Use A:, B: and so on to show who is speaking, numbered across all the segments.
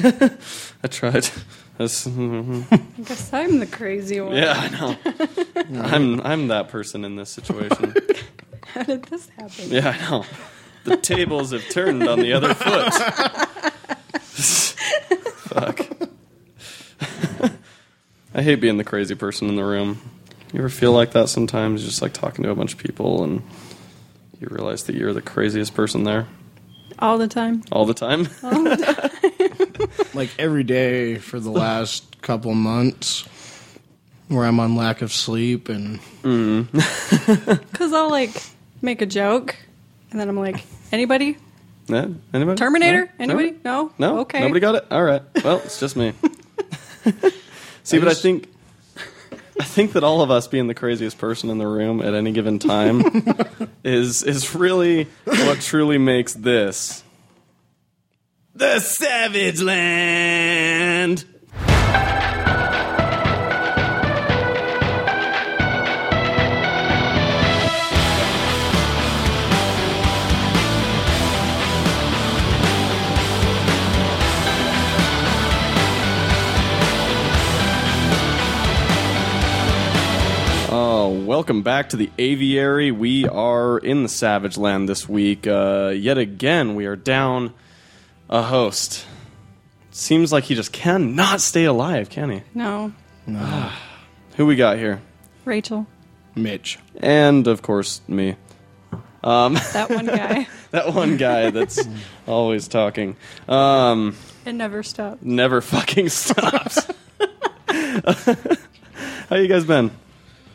A: I tried. That's, mm,
B: I guess I'm the crazy one.
A: yeah, I know. I'm I'm that person in this situation.
B: How did this happen?
A: Yeah, I know. The tables have turned on the other foot. Fuck. I hate being the crazy person in the room. You ever feel like that sometimes? You're just like talking to a bunch of people and you realize that you're the craziest person there
B: All the time.
A: all the time?
C: like every day for the last couple months where I'm on lack of sleep and
B: Because I'll like make a joke and then I'm like, anybody?
A: Yeah? Anybody?
B: Terminator?
A: No?
B: Anybody? No?
A: No?
B: Okay.
A: Nobody got it? All right. Well, it's just me. See, but I
C: just-
A: think I think that all of us being the craziest person in the room at any given time is is really what truly makes this the savage land. Oh, welcome back to the aviary. We are in the savage land this week. Uh, yet again, we are down a host. Seems like he just cannot stay alive, can he?
B: No.
A: Who we got here?
B: Rachel.
C: Mitch.
A: And of course, me.
B: That one guy.
A: That one guy that's always talking. Um,
B: it never stopped.
A: never fucking stops. How you guys been?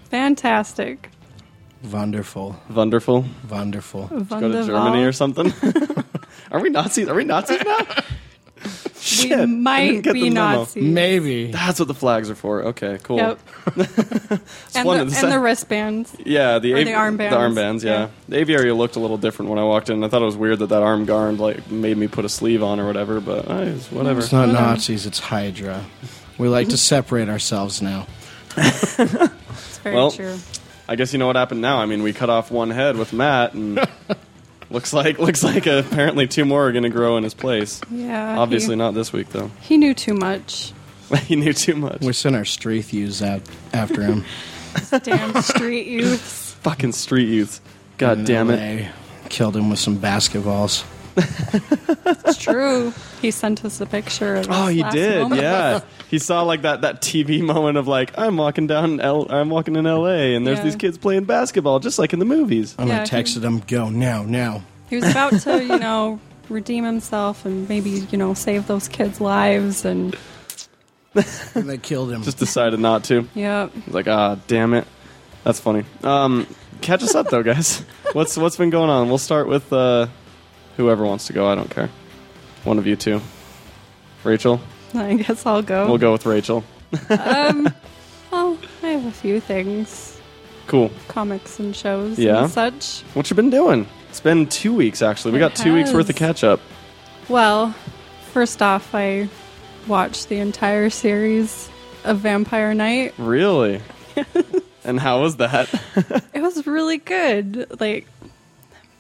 B: Fantastic.
C: Wonderful.
A: Wonderful.
B: Oh,
C: Wonderful.
A: Go to Germany or something. are we Nazis? Are we Nazis now? Shit, I
B: We
A: didn't
B: might
A: get the
B: be
A: memo.
B: Nazis.
C: Maybe.
A: That's what the flags are for. Okay, cool.
B: Yep.
A: one
B: and, the,
A: of the
B: and
A: sa-
B: the wristbands.
A: Yeah, the,
B: Or the armbands.
A: The armbands, yeah.
B: Yeah.
A: The aviary looked a little different when I walked in. I thought it was weird that that arm guard like made me put a sleeve on or whatever, but uh, it's whatever.
C: It's not Nazis, it's Hydra. We like to separate ourselves now.
B: It's very
A: Well,
B: true.
A: I guess you know what happened now. I mean, we cut off one head with Matt, and looks like looks like uh, apparently two more are going to grow in his place.
B: Yeah. he-
A: Obviously not this week though.
B: He knew too much.
A: he knew too much.
C: We sent our Strathews out after him.
B: Damn street youths.
A: Fucking street youths. God
C: And
A: damn it.
C: they Killed him with some basketballs.
B: It's true. He sent us a picture of
A: Oh,
B: his
A: he
B: last
A: did.
B: moment.
A: Yeah, he saw like that that TV moment of like I'm walking down L- I'm walking in L.A. and there's
B: Yeah.
A: these kids playing basketball just like in the movies.
C: And
B: Yeah,
C: I
B: he-
C: texted him, go now, now.
B: He was about to, you know, redeem himself and maybe, you know, save those kids' lives. And,
C: And they killed him.
A: Just decided not to.
B: yep.
A: Like ah, damn it. That's funny. Um, catch us up though, guys. What's what's been going on? We'll start with uh, whoever wants to go. I don't care. One of you two. Rachel.
B: I guess I'll go.
A: We'll go with Rachel.
B: Well, I have a few things
A: Cool.
B: comics and shows
A: Yeah.
B: and such.
A: What you been doing? It's been two weeks actually. We
B: It
A: got two weeks worth of
B: has.
A: catch up.
B: Well, first off, I watched the entire series of Vampire Night.
A: Really? and how was that?
B: It was really good. Like,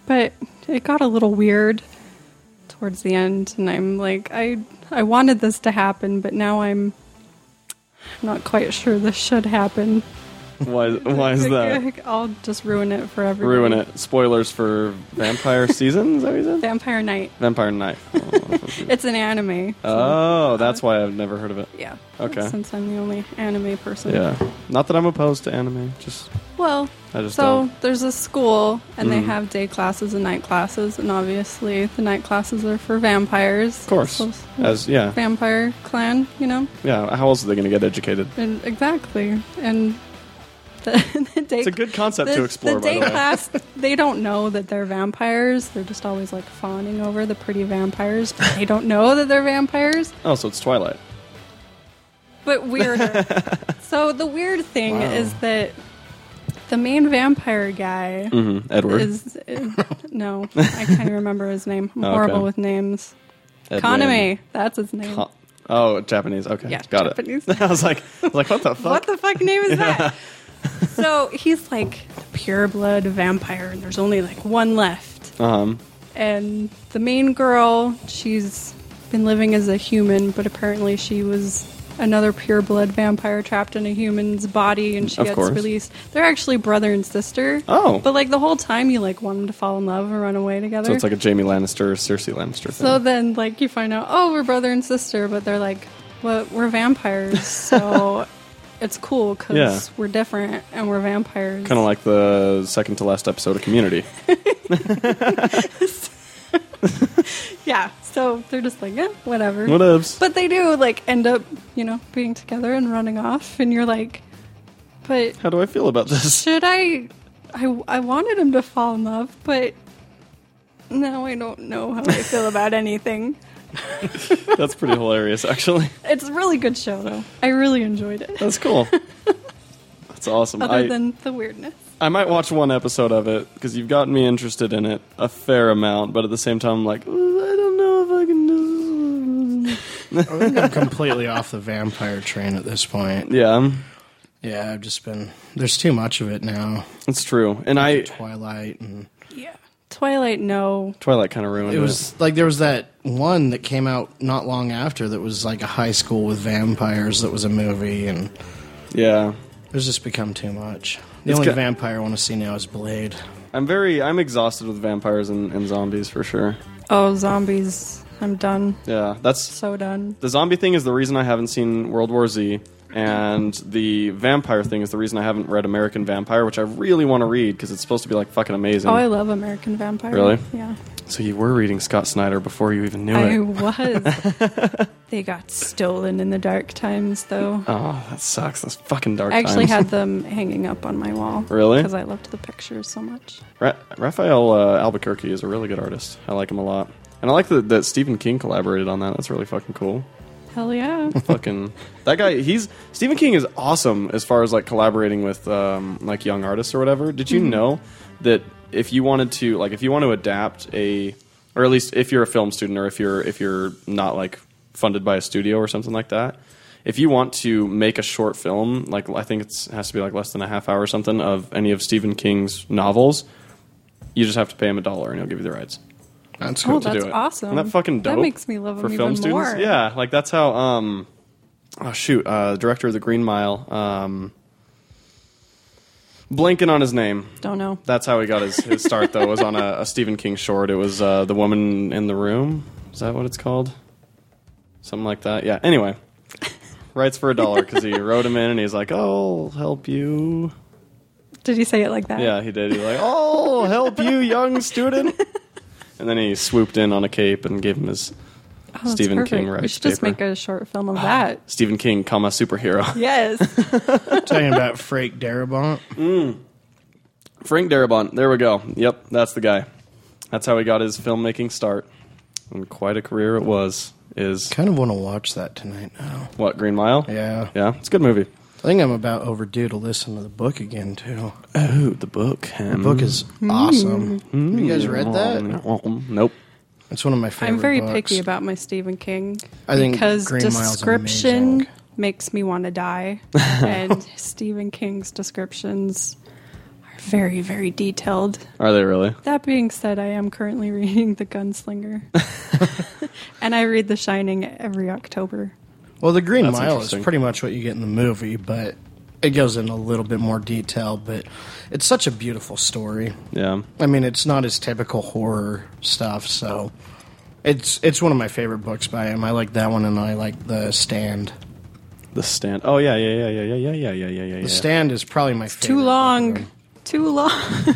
B: but it got a little weird towards the end, and I'm like, I I wanted this to happen, but now I'm not quite sure this should happen.
A: Why? Why is that?
B: I'll just ruin it for everyone.
A: Ruin it. Spoilers for Vampire Season. Is that what you said?
B: Vampire Night.
A: Vampire Night.
B: It's an anime.
A: Oh, that's why I've never heard of it.
B: Yeah.
A: Okay.
B: Since I'm the only anime person.
A: Yeah. Not that I'm opposed to anime. Just
B: Well,
A: I just
B: so
A: don't. Mm.
B: there's a school, and they have day classes and night classes, and obviously the night classes are for vampires.
A: of course.
B: So-
A: As yeah,
B: vampire clan, you know?
A: yeah. How else are they going to get educated?
B: And exactly. And the, the day
A: It's a good concept
B: the,
A: to explore.
B: the
A: by
B: day
A: the way.
B: class, they don't know that they're vampires. They're just always like fawning over the pretty vampires. But they don't know that they're vampires.
A: Oh, so it's Twilight.
B: but weirder. so the weird thing
C: Wow.
B: is that the main vampire guy
A: Mm-hmm. Edward.
B: is uh, no, I can't remember his name. I'm
A: Okay.
B: horrible with names.
A: Edwin.
B: Kaname, that's his name.
A: Con- oh, Japanese. Okay,
B: Yeah,
A: got
B: Japanese.
A: it. I was like, I was like, what the fuck?
B: What the fuck name is that? so he's like pure blood vampire, and
A: Uh-huh.
B: there's only like one left.
A: um,
B: And the main girl, she's been living as a human, but apparently she was another pureblood vampire trapped in a human's body, and she
A: Of
B: gets
A: course.
B: released. They're actually brother and sister.
A: Oh.
B: but like the whole time, you like want them to fall in love and run away together.
A: So it's like a Jamie Lannister, Cersei Lannister
B: So
A: thing.
B: then, like, you find out, oh, we're brother and sister, but they're like, well, we're vampires, so it's cool because
A: Yeah.
B: we're different and we're vampires.
A: Kind of like the second to last episode of Community.
B: yeah. So they're just like, eh, whatever.
A: Whatevs.
B: But they do like end up, you know, being together and running off, and you're like, but
A: How do I feel about this?
B: should I? I I wanted him to fall in love, but now I don't know how I feel about anything.
A: That's pretty hilarious, actually.
B: It's a really good show, though. I really enjoyed it.
A: That's cool. That's awesome.
B: Other
A: I,
B: than the weirdness.
A: I might watch one episode of it because you've gotten me interested in it a fair amount, but at the same time, I'm like, "Ooh, I don't know if I can do this."
C: I think I'm completely off the vampire train at this point.
A: Yeah,
C: Yeah, I've just been. There's too much of it now.
A: it's true. And I.
C: Twilight, and
B: Yeah. Twilight, no.
A: Twilight kind of ruined it.
C: it was like there was that one that came out not long after that was like a high school with vampires that was a movie, and
A: Yeah.
C: it's just become too much. The
A: It's
C: only
A: got-
C: vampire I want to see now is Blade.
A: I'm very. I'm exhausted with vampires and, and zombies for sure.
B: Oh, zombies. I'm done.
A: Yeah, that's
B: So done.
A: the zombie thing is the reason I haven't seen World War Z, and the vampire thing is the reason I haven't read American Vampire, which I really want to read because it's supposed to be like fucking amazing.
B: Oh, I love American Vampire.
A: Really?
B: Yeah.
A: so you were reading Scott Snyder before you even knew
B: I
A: it.
B: was. they got stolen in the dark times, though.
A: Oh, that sucks. That's fucking dark.
B: I actually
A: times.
B: had them hanging up on my wall.
A: Really?
B: Because I loved the pictures so much.
A: Ra- Raphael uh, Albuquerque is a really good artist. I like him a lot, and I like that, that Stephen King collaborated on that. That's really fucking cool.
B: Hell yeah.
A: fucking that guy he's stephen king is awesome as far as like collaborating with um, like young artists or whatever did you know that if you wanted to like if you want to adapt a or at least if you're a film student or if you're if you're not like funded by a studio or something like that if you want to make a short film like i think it's has to be like less than a half hour or something of any of stephen king's novels you just have to pay him a dollar and he'll give you the rights
C: That's
B: oh,
C: cool.
A: to
B: that's
A: do it.
B: awesome.
A: Isn't that fucking dope?
B: That makes me love
A: for
B: them
A: film
B: even
A: students.
B: more.
A: Yeah, like that's how. Um, oh shoot, uh, director of the Green Mile. Um, blanking on his name.
B: Don't know.
A: That's how he got his, his start though. Was on a, a Stephen King short. It was uh, the woman in the room. Is that what it's called? Something like that. Yeah. Anyway, writes for a dollar because he wrote him in and he's like, "I'll help you."
B: Did he say it like that?
A: Yeah, he did. He's like, "Oh, help you, young student," and then he swooped in on a cape and gave him his
B: Oh, that's
A: Stephen
B: perfect.
A: King
B: We
A: writes
B: should just
A: paper.
B: make a short film of that.
A: Stephen King, comma superhero.
B: yes.
C: Talking about Frank Darabont.
A: Frank Darabont. There we go. Yep, that's the guy. That's how he got his filmmaking start, and quite a career it was. Is
C: Kind of want to watch that tonight now.
A: what Green Mile?
C: Yeah.
A: yeah, it's a good movie.
C: I think I'm about overdue to listen to the book again too.
A: Oh, the book. The
C: book is
B: Mm-hmm.
C: awesome. Have you guys read that?
A: Mm-hmm. Nope.
C: It's one of my favorite.
B: I'm very
C: books.
B: picky about my Stephen King.
C: I think
B: because
C: Green Mile's
B: description
C: amazing.
B: makes me want to die, and Stephen King's descriptions are very, very detailed.
A: Are they really?
B: That being said, I am currently reading The Gunslinger, and I read The Shining every October.
C: Well, the Green
A: That's
C: Mile is
A: interesting.
C: pretty much what you get in the movie, but it goes in a little bit more detail. But it's such a beautiful story.
A: Yeah.
C: I mean, it's not his typical horror stuff, so it's it's one of my favorite books by him. I like that one, and I like The Stand.
A: The stand. Oh yeah, yeah, yeah, yeah, yeah, yeah, yeah, yeah, yeah. yeah.
C: The Stand is probably my favorite.
B: Too
C: book of
B: long,
C: him.
B: too long.
C: Yeah,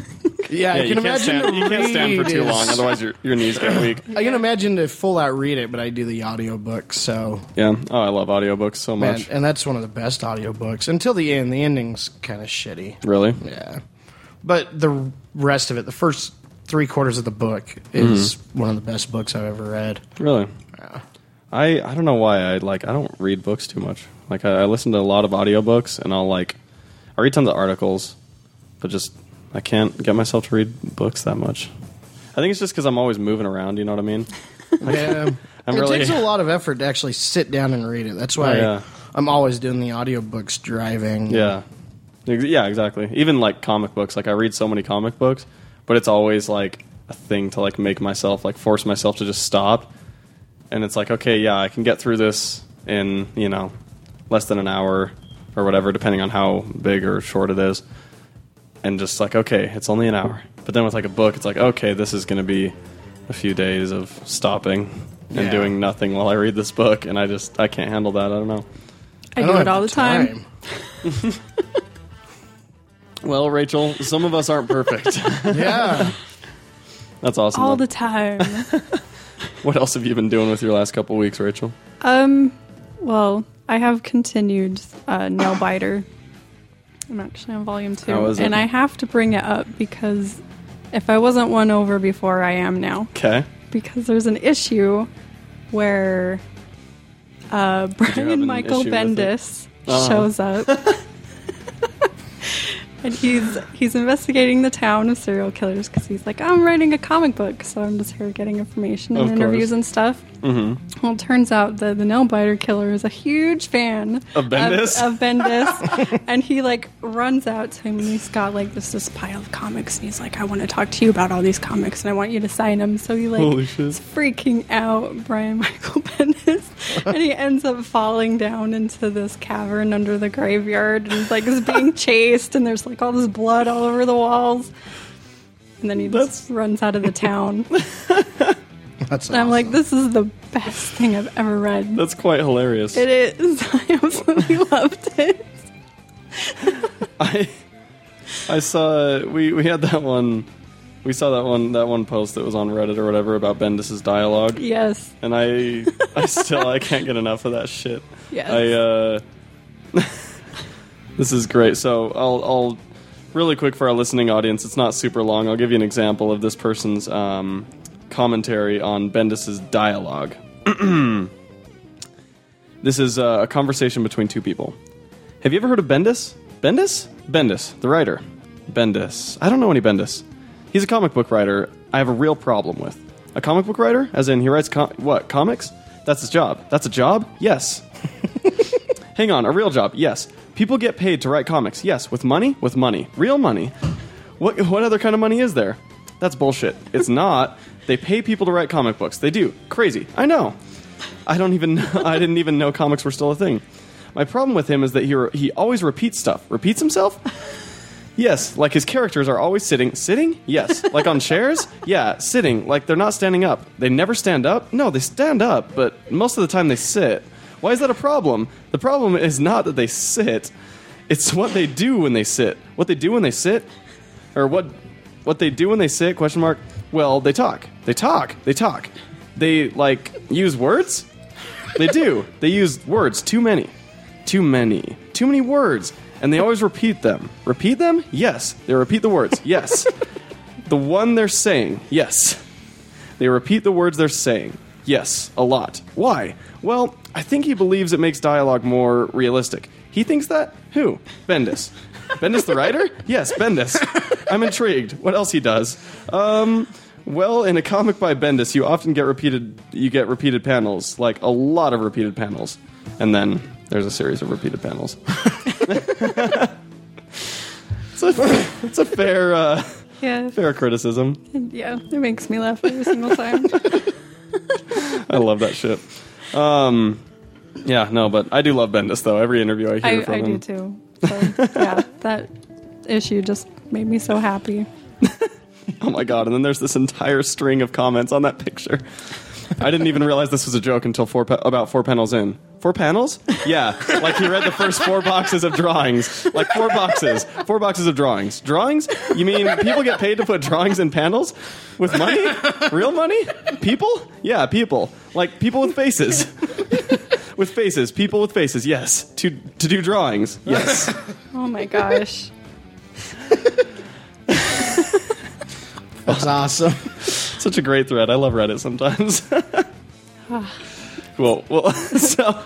A: Yeah,
C: I
A: you
C: can
A: can't
C: imagine.
A: stand.
C: the
A: You can't stand for
C: read
A: too
C: is-
A: long, otherwise your your knees get weak.
C: I can imagine to full out read it, but I do the audiobook, so
A: Yeah. Oh, I love audiobooks so
C: man, eh.
A: much.
C: and that's one of the best audiobooks. Until the end, the ending's kind of shitty.
A: Really?
C: Yeah. But the rest of it, the first three quarters of the book, is one of the best books I've ever read.
A: Really? I I don't know why I like I don't read books too much. Like I, I listen to a lot of audiobooks and I'll like I read tons of articles, but just I can't get myself to read books that much. I think it's just because I'm always moving around. You know what I mean?
C: Yeah.
A: I'm
C: it
A: really-
C: takes a lot of effort to actually sit down and read it. That's why
A: Oh, yeah.
C: I'm always doing the audiobooks driving.
A: Yeah. Ex- Yeah, exactly. Even like comic books. Like I read so many comic books, but it's always like a thing to like make myself like force myself to just stop and it's like, okay, yeah, I can get through this in you know less than an hour or whatever, depending on how big or short it is, and just like, okay, it's only an hour. But then with like a book, it's like, okay, this is going to be a few days of stopping and
C: Yeah.
A: doing nothing while I read this book, and I just I can't handle that. I don't know.
B: I,
C: don't
B: do
C: have
B: it all the time.
A: Well, Rachel, some of us aren't perfect.
C: time. yeah.
A: That's awesome.
B: All
A: though.
B: the time.
A: what else have you been doing with your last couple weeks, Rachel?
B: um, well, I have continued uh, nail biter. I'm actually on volume two,
A: How is it?
B: and I have to bring it up because if I wasn't won over before, I am now.
A: Okay.
B: because there's an issue where uh,
A: have an
B: Brian Michael
A: issue with it?
B: Bendis
A: Uh-huh.
B: shows up, and he's he's investigating the town of serial killers because he's like, I'm writing a comic book, so I'm just here getting information and
A: Of course.
B: interviews and stuff.
A: Mm-hmm.
B: Well, it turns out that the nail biter killer is a huge fan
A: Of Bendis?
B: Of, of Bendis, and he like runs out to him, and he's got like this this pile of comics, and he's like, "I want to talk to you about all these comics, and I want you to sign them." So he like
A: Holy shit.
B: is freaking out, Brian Michael Bendis, and he ends up falling down into this cavern under the graveyard, and like is being chased, and there's like all this blood all over the walls. And then he just
A: That's-
B: runs out of the town.
C: That's
B: And I'm like,
C: awesome.
B: this is the best thing I've ever read.
A: That's quite hilarious.
B: It is. I absolutely loved it.
A: I I saw we we had that one we saw that one that one post that was on Reddit or whatever about Bendis's dialogue.
B: Yes.
A: And I I still I can't get enough of that shit.
B: Yes.
A: I uh This is great. So I'll I'll really quick for our listening audience, it's not super long. I'll give you an example of this person's um commentary on Bendis's dialogue. This is uh, a conversation between two people. Have you ever heard of Bendis? Bendis? Bendis, the writer. Bendis. I don't know any Bendis. He's a comic book writer I have a real problem with. A comic book writer? As in, he writes com- what? Comics? That's his job. That's a job? Yes. Hang on, a real job? Yes. People get paid to write comics? Yes. With money? With money. Real money. What, what other kind of money is there? That's bullshit. It's not. They pay people to write comic books. They do. Crazy. I know. I don't even know, I didn't even know comics were still a thing. My problem with him is that he re- he always repeats stuff. Repeats himself? Yes, like his characters are always sitting. Sitting? Yes. Like on chairs? Yeah, sitting. Like they're not standing up. They never stand up? No, they stand up, but most of the time they sit. Why is that a problem? The problem is not that they sit. It's what they do when they sit. What they do when they sit or what what they do when they sit question mark well they talk they talk they talk they like use words they do they use words too many too many too many words and they always repeat them repeat them yes they repeat the words yes the one they're saying yes they repeat the words they're saying yes a lot why well i think he believes it makes dialogue more realistic he thinks that who bendis bendis the writer yes bendis i'm intrigued what else he does well, in a comic by Bendis, you often get repeated you get repeated panels, like a lot of repeated panels. And then there's a series of repeated panels. it's, a, it's a fair uh,
B: Yeah.
A: fair criticism.
B: Yeah. It makes me laugh every single time.
A: I love that shit. Um, yeah, no, but I do love Bendis though. Every interview I hear
B: I,
A: from
B: I
A: him.
B: do too. So, yeah. That issue just made me so happy.
A: Oh my god! And then there's this entire string of comments on that picture. I didn't even realize this was a joke until four pa- about four panels in. Four panels? Yeah, like he read the first four boxes of drawings. Like four boxes, four boxes of drawings. Drawings? You mean people get paid to put drawings in panels with money? Real money? People? Yeah, people. Like people with faces. with faces, people with faces. Yes, to to do drawings. Yes.
B: Oh my gosh.
C: That's awesome.
A: Such a great thread. I love Reddit sometimes. cool. Well, so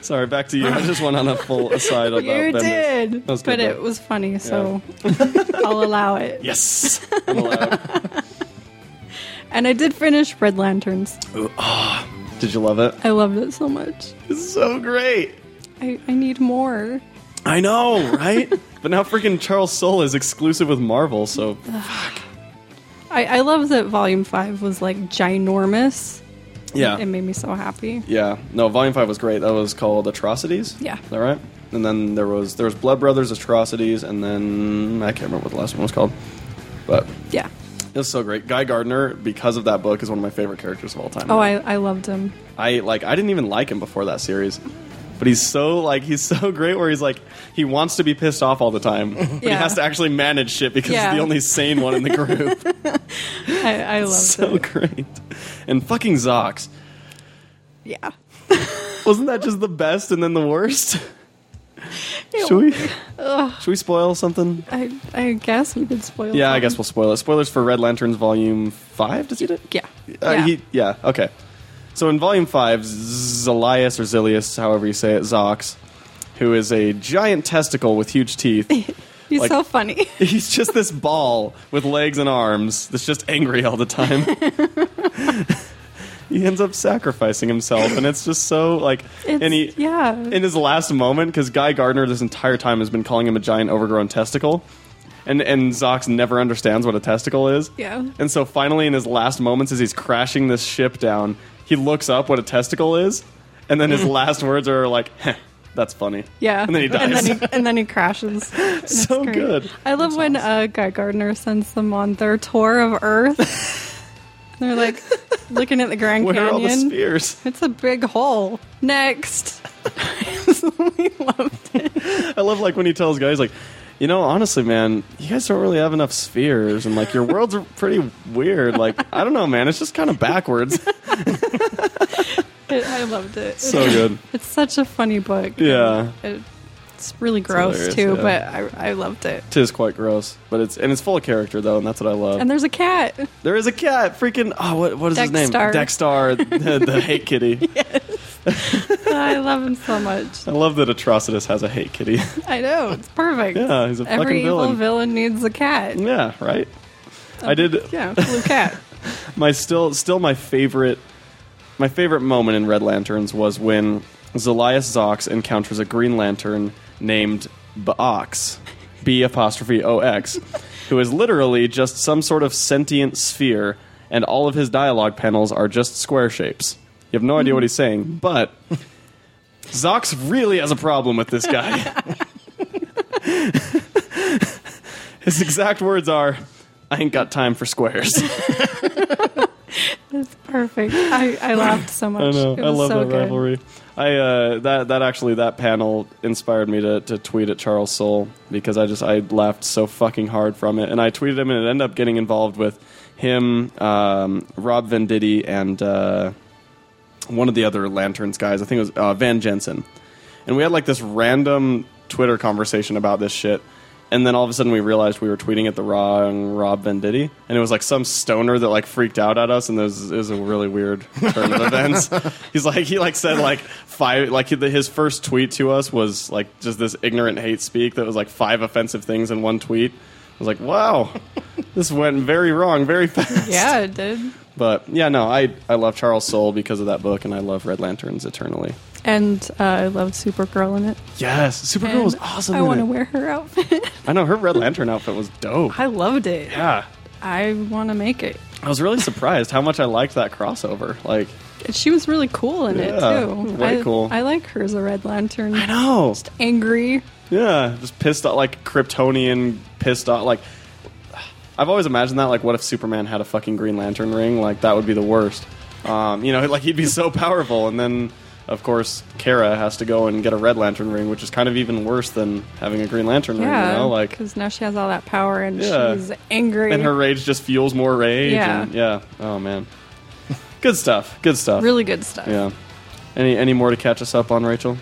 A: sorry. Back to you. I just went on a full aside about
B: You
A: Bendis.
B: did.
A: That was
B: But
A: good, though.
B: it was funny, so I'll allow it.
A: Yes. I'm allowed.
B: And I did finish Red Lanterns.
A: did you love it?
B: I loved it so much.
A: It's so great.
B: I, I need more.
A: I know, right? but now freaking Charles Soule is exclusive with Marvel, so
B: I, I love that volume five was like ginormous.
A: Yeah.
B: It made me so happy.
A: Yeah, no, Volume Five was great. That was called Atrocities.
B: Yeah.
A: is that right? And then there was there was Blood Brothers Atrocities, and then I can't remember what the last one was called, but
B: Yeah.
A: it was so great. Guy Gardner, because of that book, is one of my favorite characters of all time.
B: Oh, I, I loved him.
A: I like I didn't even like him before that series. But he's so like he's so great where he's like he wants to be pissed off all the time. But he
B: Yeah.
A: has to actually manage shit because
B: Yeah.
A: he's the only sane one in the group.
B: I, I loved
A: so
B: it.
A: great. And fucking Zox.
B: Yeah.
A: Wasn't that just the best and then the worst? should we Should we spoil something?
B: I, I guess we could spoil
A: Yeah, I
B: some.
A: guess we'll spoil it. Spoilers for Red Lanterns Volume 5, does he did?
B: Yeah.
A: Uh,
B: yeah.
A: He, yeah, okay. So in Volume 5, Zelius or Zilius, however you say it, Zox, who is a giant testicle with huge teeth.
B: He's
A: like-
B: so funny.
A: He's just this ball with legs and arms that's just angry all the time. he ends up sacrificing himself, and it's just so like.
B: It's,
A: and he,
B: yeah.
A: in his last moment, because Guy Gardner this entire time has been calling him a giant overgrown testicle, and and Zox never understands what a testicle is.
B: Yeah.
A: And so finally, in his last moments, as he's crashing this ship down, he looks up what a testicle is, and then his last words are like, "Heh, "That's funny."
B: yeah.
A: And then he dies.
B: And then he, and then he crashes. It's
A: so
B: great.
A: good.
B: I love when uh, Guy Gardner sends them on their tour of Earth. They're like looking at the Grand
A: Where are all the
B: Canyon.
A: spears?
B: It's a big hole. Next. we loved it.
A: I love like when he tells guys like, you know, honestly, man, you guys don't really have enough spheres, and like your worlds are pretty weird. Like, I don't know, man, it's just kind of backwards.
B: It- I loved it.
A: so good.
B: It's such a funny book.
A: Yeah.
B: It- it's really gross
A: hilarious,
B: too,
A: yeah.
B: but I, I loved it.
A: Tis quite gross, but it's and it's full of character though, and that's what I love.
B: And there's a cat.
A: there is a cat, freaking oh, what what is his name? Dexter,
B: Dexter.
A: the, the hate kitty.
B: I love him so much.
A: I love that Atrocitus has a hate kitty.
B: I know it's perfect.
A: Yeah, he's a fucking
B: Every evil
A: villain.
B: needs a cat.
A: yeah, right. I did
B: Yeah, blue cat.
A: my still still my favorite my favorite moment in Red Lanterns was when Zelius Zox encounters a Green Lantern named Baox, B apostrophe O X, who is literally just some sort of sentient sphere, and all of his dialogue panels are just square shapes. You have no idea what he's saying, but Zox really has a problem with this guy. his exact words are, "I ain't got time for squares."
B: It's perfect. I, I laughed so much.
A: I know.
B: It was
A: I love
B: so
A: that
B: good.
A: rivalry. I uh, that that actually that panel inspired me to, to tweet at Charles Soule because I just I laughed so fucking hard from it, and I tweeted him, and it ended up getting involved with him, um, Rob Venditti, and uh, one of the other Lanterns guys. I think it was uh, Van Jensen, and we had like this random Twitter conversation about this shit. And then all of a sudden we realized we were tweeting at the wrong Rob Venditti, and it was like some stoner that like freaked out at us, and it was, it was a really weird turn of events. He's like he like said like five like the- his first tweet to us was like just this ignorant hate speak that was like five offensive things in one tweet. I was like, wow, this went very wrong very fast.
B: Yeah, it did.
A: But yeah, no, I I love Charles Soule because of that book, and I love Red Lanterns eternally.
B: And uh, I love Supergirl in it.
A: Yes, Supergirl was
B: And
A: awesome.
B: I
A: in
B: want to
A: it.
B: wear her outfit.
A: I know her Red Lantern outfit was dope.
B: I loved it.
A: Yeah.
B: I want to make it.
A: I was really surprised how much I liked that crossover. Like,
B: And She was really cool in it
A: Yeah,
B: too.
A: way
B: I,
A: cool.
B: I like her as a Red Lantern.
A: I know.
B: Angry.
A: Yeah, just pissed off, like Kryptonian pissed off. Like, I've always imagined that. Like, what if Superman had a fucking Green Lantern ring? Like, that would be the worst. Um, you know, like he'd be so powerful. And then, of course, Kara has to go and get a Red Lantern ring, which is kind of even worse than having a Green Lantern ring.
B: Yeah.
A: You know, like,
B: because now she has all that power and
A: Yeah.
B: she's angry.
A: and her rage just fuels more rage.
B: Yeah.
A: and, yeah. Oh man, good stuff. Good stuff.
B: really good stuff.
A: Yeah. Any any more to catch us up on, Rachel?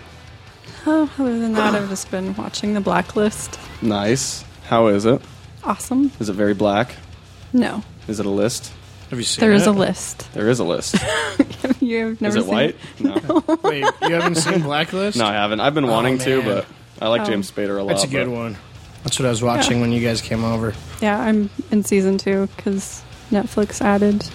B: Oh, other than that, I've just been watching The Blacklist.
A: Nice. How is it?
B: Awesome.
A: Is it very black?
B: No,
A: Is it a list?
C: Have you seen
B: there is
C: it?
B: a list.
A: There is a list.
B: You've never
A: is it
B: seen
A: white? No. no,
C: Wait, you haven't seen Blacklist?
A: I haven't. I've been wanting to,
C: man.
A: but I like
B: Oh.
A: James Spader a lot.
C: That's a good
A: but-
C: one. That's what I was watching
B: Yeah.
C: when you guys came over.
B: Yeah, I'm in season two because Netflix added.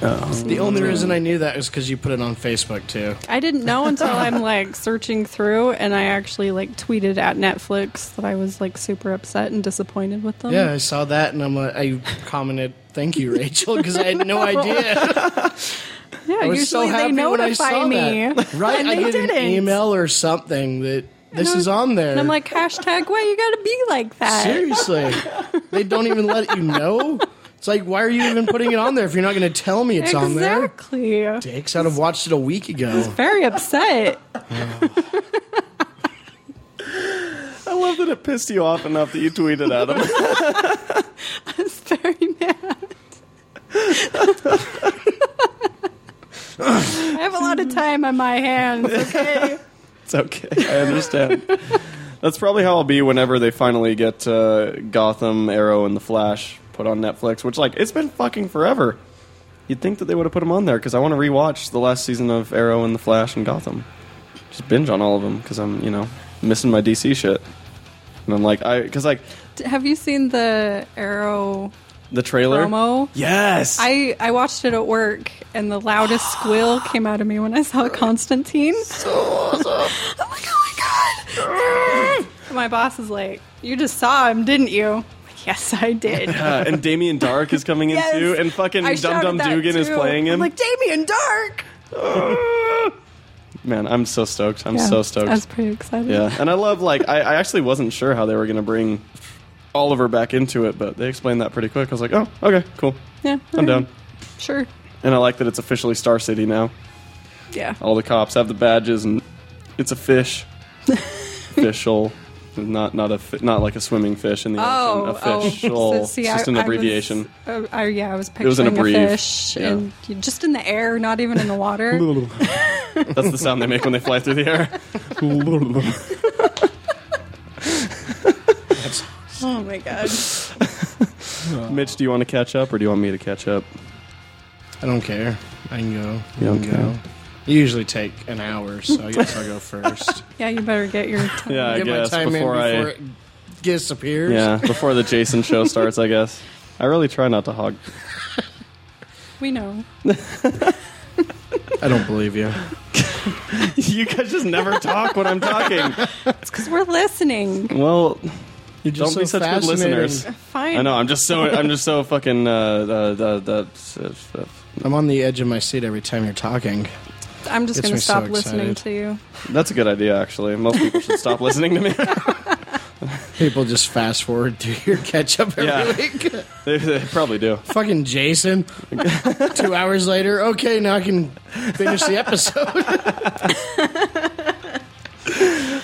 C: The only
A: Mm.
C: reason I knew that is because you put it on Facebook too.
B: I didn't know until I'm like searching through, and I actually like tweeted at Netflix that I was like super upset and disappointed with them.
C: Yeah, I saw that and I'm like, I commented, "Thank you, Rachel," because I had no idea.
B: Yeah, Yeah,
C: I was
B: usually
C: so
B: they
C: happy when I
B: notify
C: saw
B: me.
C: that. Right?
B: and
C: I
B: they
C: get
B: didn't.
C: an email or something that this
B: I'm-
C: is on there.
B: And I'm like, hashtag, why you gotta be like that?
C: seriously, they don't even let you know. It's like, why are you even putting it on there if you're not going to tell me it's on there?
B: Exactly.
C: Dicks, I'd have watched it a week ago.
B: Very upset.
A: I love that it pissed you off enough that you tweeted at him.
B: I was very mad. I have a lot of time on my hands, okay?
A: It's okay. I understand. That's probably how I'll be whenever they finally get uh, Gotham, Arrow, and The Flash put on Netflix, which, like, it's been fucking forever. You'd think that they would have put them on there because I want to rewatch the last season of Arrow and The Flash and Gotham. Just binge on all of them because I'm, you know, missing my DC shit. And I'm like, I, because, like,
B: D- Have you seen the Arrow
A: the trailer.
B: promo?
A: Yes!
B: I, I watched it at work, and the loudest squeal came out of me when I saw Constantine. I'm like, oh my god! my boss is like, you just saw him, didn't you? I'm like, yes, I did.
A: Uh, and Damien Dark is coming in
B: Yes.
A: too, and fucking
B: I
A: Dum
B: shouted
A: Dum
B: that,
A: Dugan is
B: too.
A: playing him.
B: I'm like, Damien Dark!
A: Man, I'm so stoked. I'm
B: Yeah,
A: so stoked.
B: I was pretty excited.
A: Yeah, and I love like I, I actually wasn't sure how they were going to bring Oliver back into it, but they explained that pretty quick. I was like, oh, okay, cool,
B: Yeah,
A: I'm down.
B: Sure.
A: And I like that it's officially Star City now.
B: Yeah.
A: All the cops have the badges, and it's a fish, official, not not a fi- not like a swimming fish in the
B: Oh,
A: ocean. A
B: oh.
A: fishal.
B: So, see,
A: it's just
B: I-
A: an
B: I
A: abbreviation.
B: Was, uh, I, yeah, I was picturing
A: was an
B: a
A: abbrev.
B: fish,
A: Yeah.
B: and you- just in the air, not even in the water.
A: That's the sound they make when they fly through the air.
B: oh my god!
A: Mitch, do you want to catch up or do you want me to catch up?
C: I don't care. I can go.
A: You
C: I
A: don't
C: can
A: care?
C: go. You usually take an hour, so I guess I'll go first.
B: Yeah, you better get your. Time.
A: Yeah, I
C: Get
A: guess
C: my time
A: before
C: in
A: I
C: before it disappears.
A: yeah before the Jason show starts. I guess I really try not to hog.
B: We know.
C: I don't believe you.
A: you guys just never talk when I'm talking.
B: It's because we're listening.
A: Well,
C: You're
A: don't
C: just
A: be
C: so
A: such good
C: fascinating.
A: listeners.
B: Fine.
A: I know I'm just so I'm just so fucking uh, uh, the the uh, uh,
C: I'm on the edge of my seat every time you're talking.
B: I'm just
C: Gets
B: going
C: me
B: to stop
C: so
B: listening
C: excited.
B: to you.
A: that's a good idea actually. Most people should stop listening to me.
C: People just fast forward through your catch up every
A: Yeah.
C: week.
A: they, they probably do.
C: Fucking Jason. Two hours later, okay, now I can finish the episode.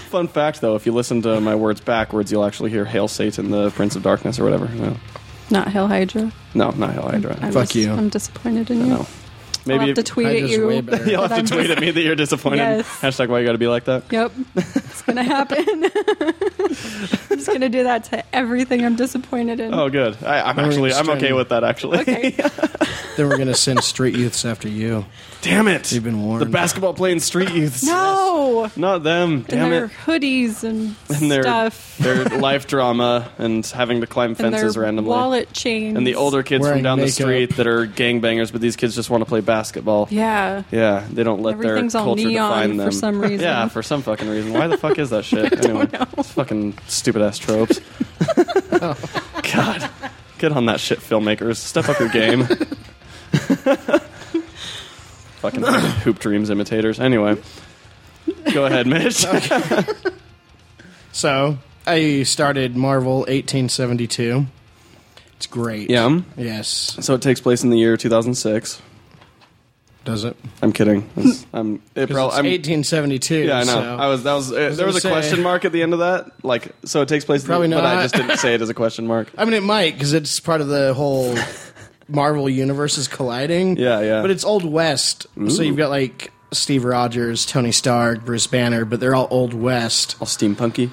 A: Fun fact though, if you listen to my words backwards, you'll actually hear "Hail Satan, the Prince of Darkness" or whatever. No,
B: Not Hell Hydra.
A: no, not Hail Hydra.
B: I'm
C: Fuck
B: dis-
C: you.
B: I'm disappointed in you.
A: No. Maybe
B: I'll have to tweet
C: I
B: at
C: just way
B: you.
C: better.
A: You'll
B: But
A: have
B: I'm
A: to tweet at me that you're disappointed.
B: Yes.
A: Hashtag why you gotta be like that.
B: Yep, it's gonna happen. I'm just gonna do that to everything I'm disappointed in.
A: Oh, good. I, I'm
C: Or
A: actually I'm
C: extreme.
A: okay with that. Actually,
B: Okay.
C: Then we're going to send street youths after you.
A: damn it.
C: You've been warned.
A: the basketball playing street youths.
B: No.
A: Not them.
B: and
A: Damn
B: their
A: it.
B: hoodies and,
A: And their
B: stuff.
A: their life drama and having to climb
B: and their
A: fences randomly.
B: wallet chains.
A: And the older kids from
C: Wearing
A: down the
C: makeup.
A: street that are gangbangers, but these kids just want to play basketball.
B: Yeah.
A: Yeah, they don't let their
B: Everything's all
A: culture
B: neon
A: define
B: for
A: them
B: some reason.
A: Yeah, for some fucking reason. Why the fuck is that shit? anyway, it's fucking stupid ass tropes. God, get on that shit, filmmakers. Step up your game. fucking hoop dreams imitators. Anyway, go ahead, Mitch.
C: So I started Marvel 1872. It's great.
A: Yeah.
C: Yes.
A: So it takes place in the year 2006.
C: Does it?
A: I'm kidding. It's- I'm. It
C: Because
A: probably.
C: it's
A: I'm,
C: 1872.
A: yeah, I know.
C: so-
A: I was. That was. uh there
C: gonna
A: was a
C: say-
A: question mark at the end of that. Like, so it takes place. in the-
C: Probably
A: But I
C: not.
A: just didn't say it as a question mark.
C: I mean, it might because it's part of the whole Marvel universe is colliding.
A: Yeah, yeah.
C: But it's old west, so you've got like Steve Rogers, Tony Stark, Bruce Banner, but they're all old west.
A: All steampunky.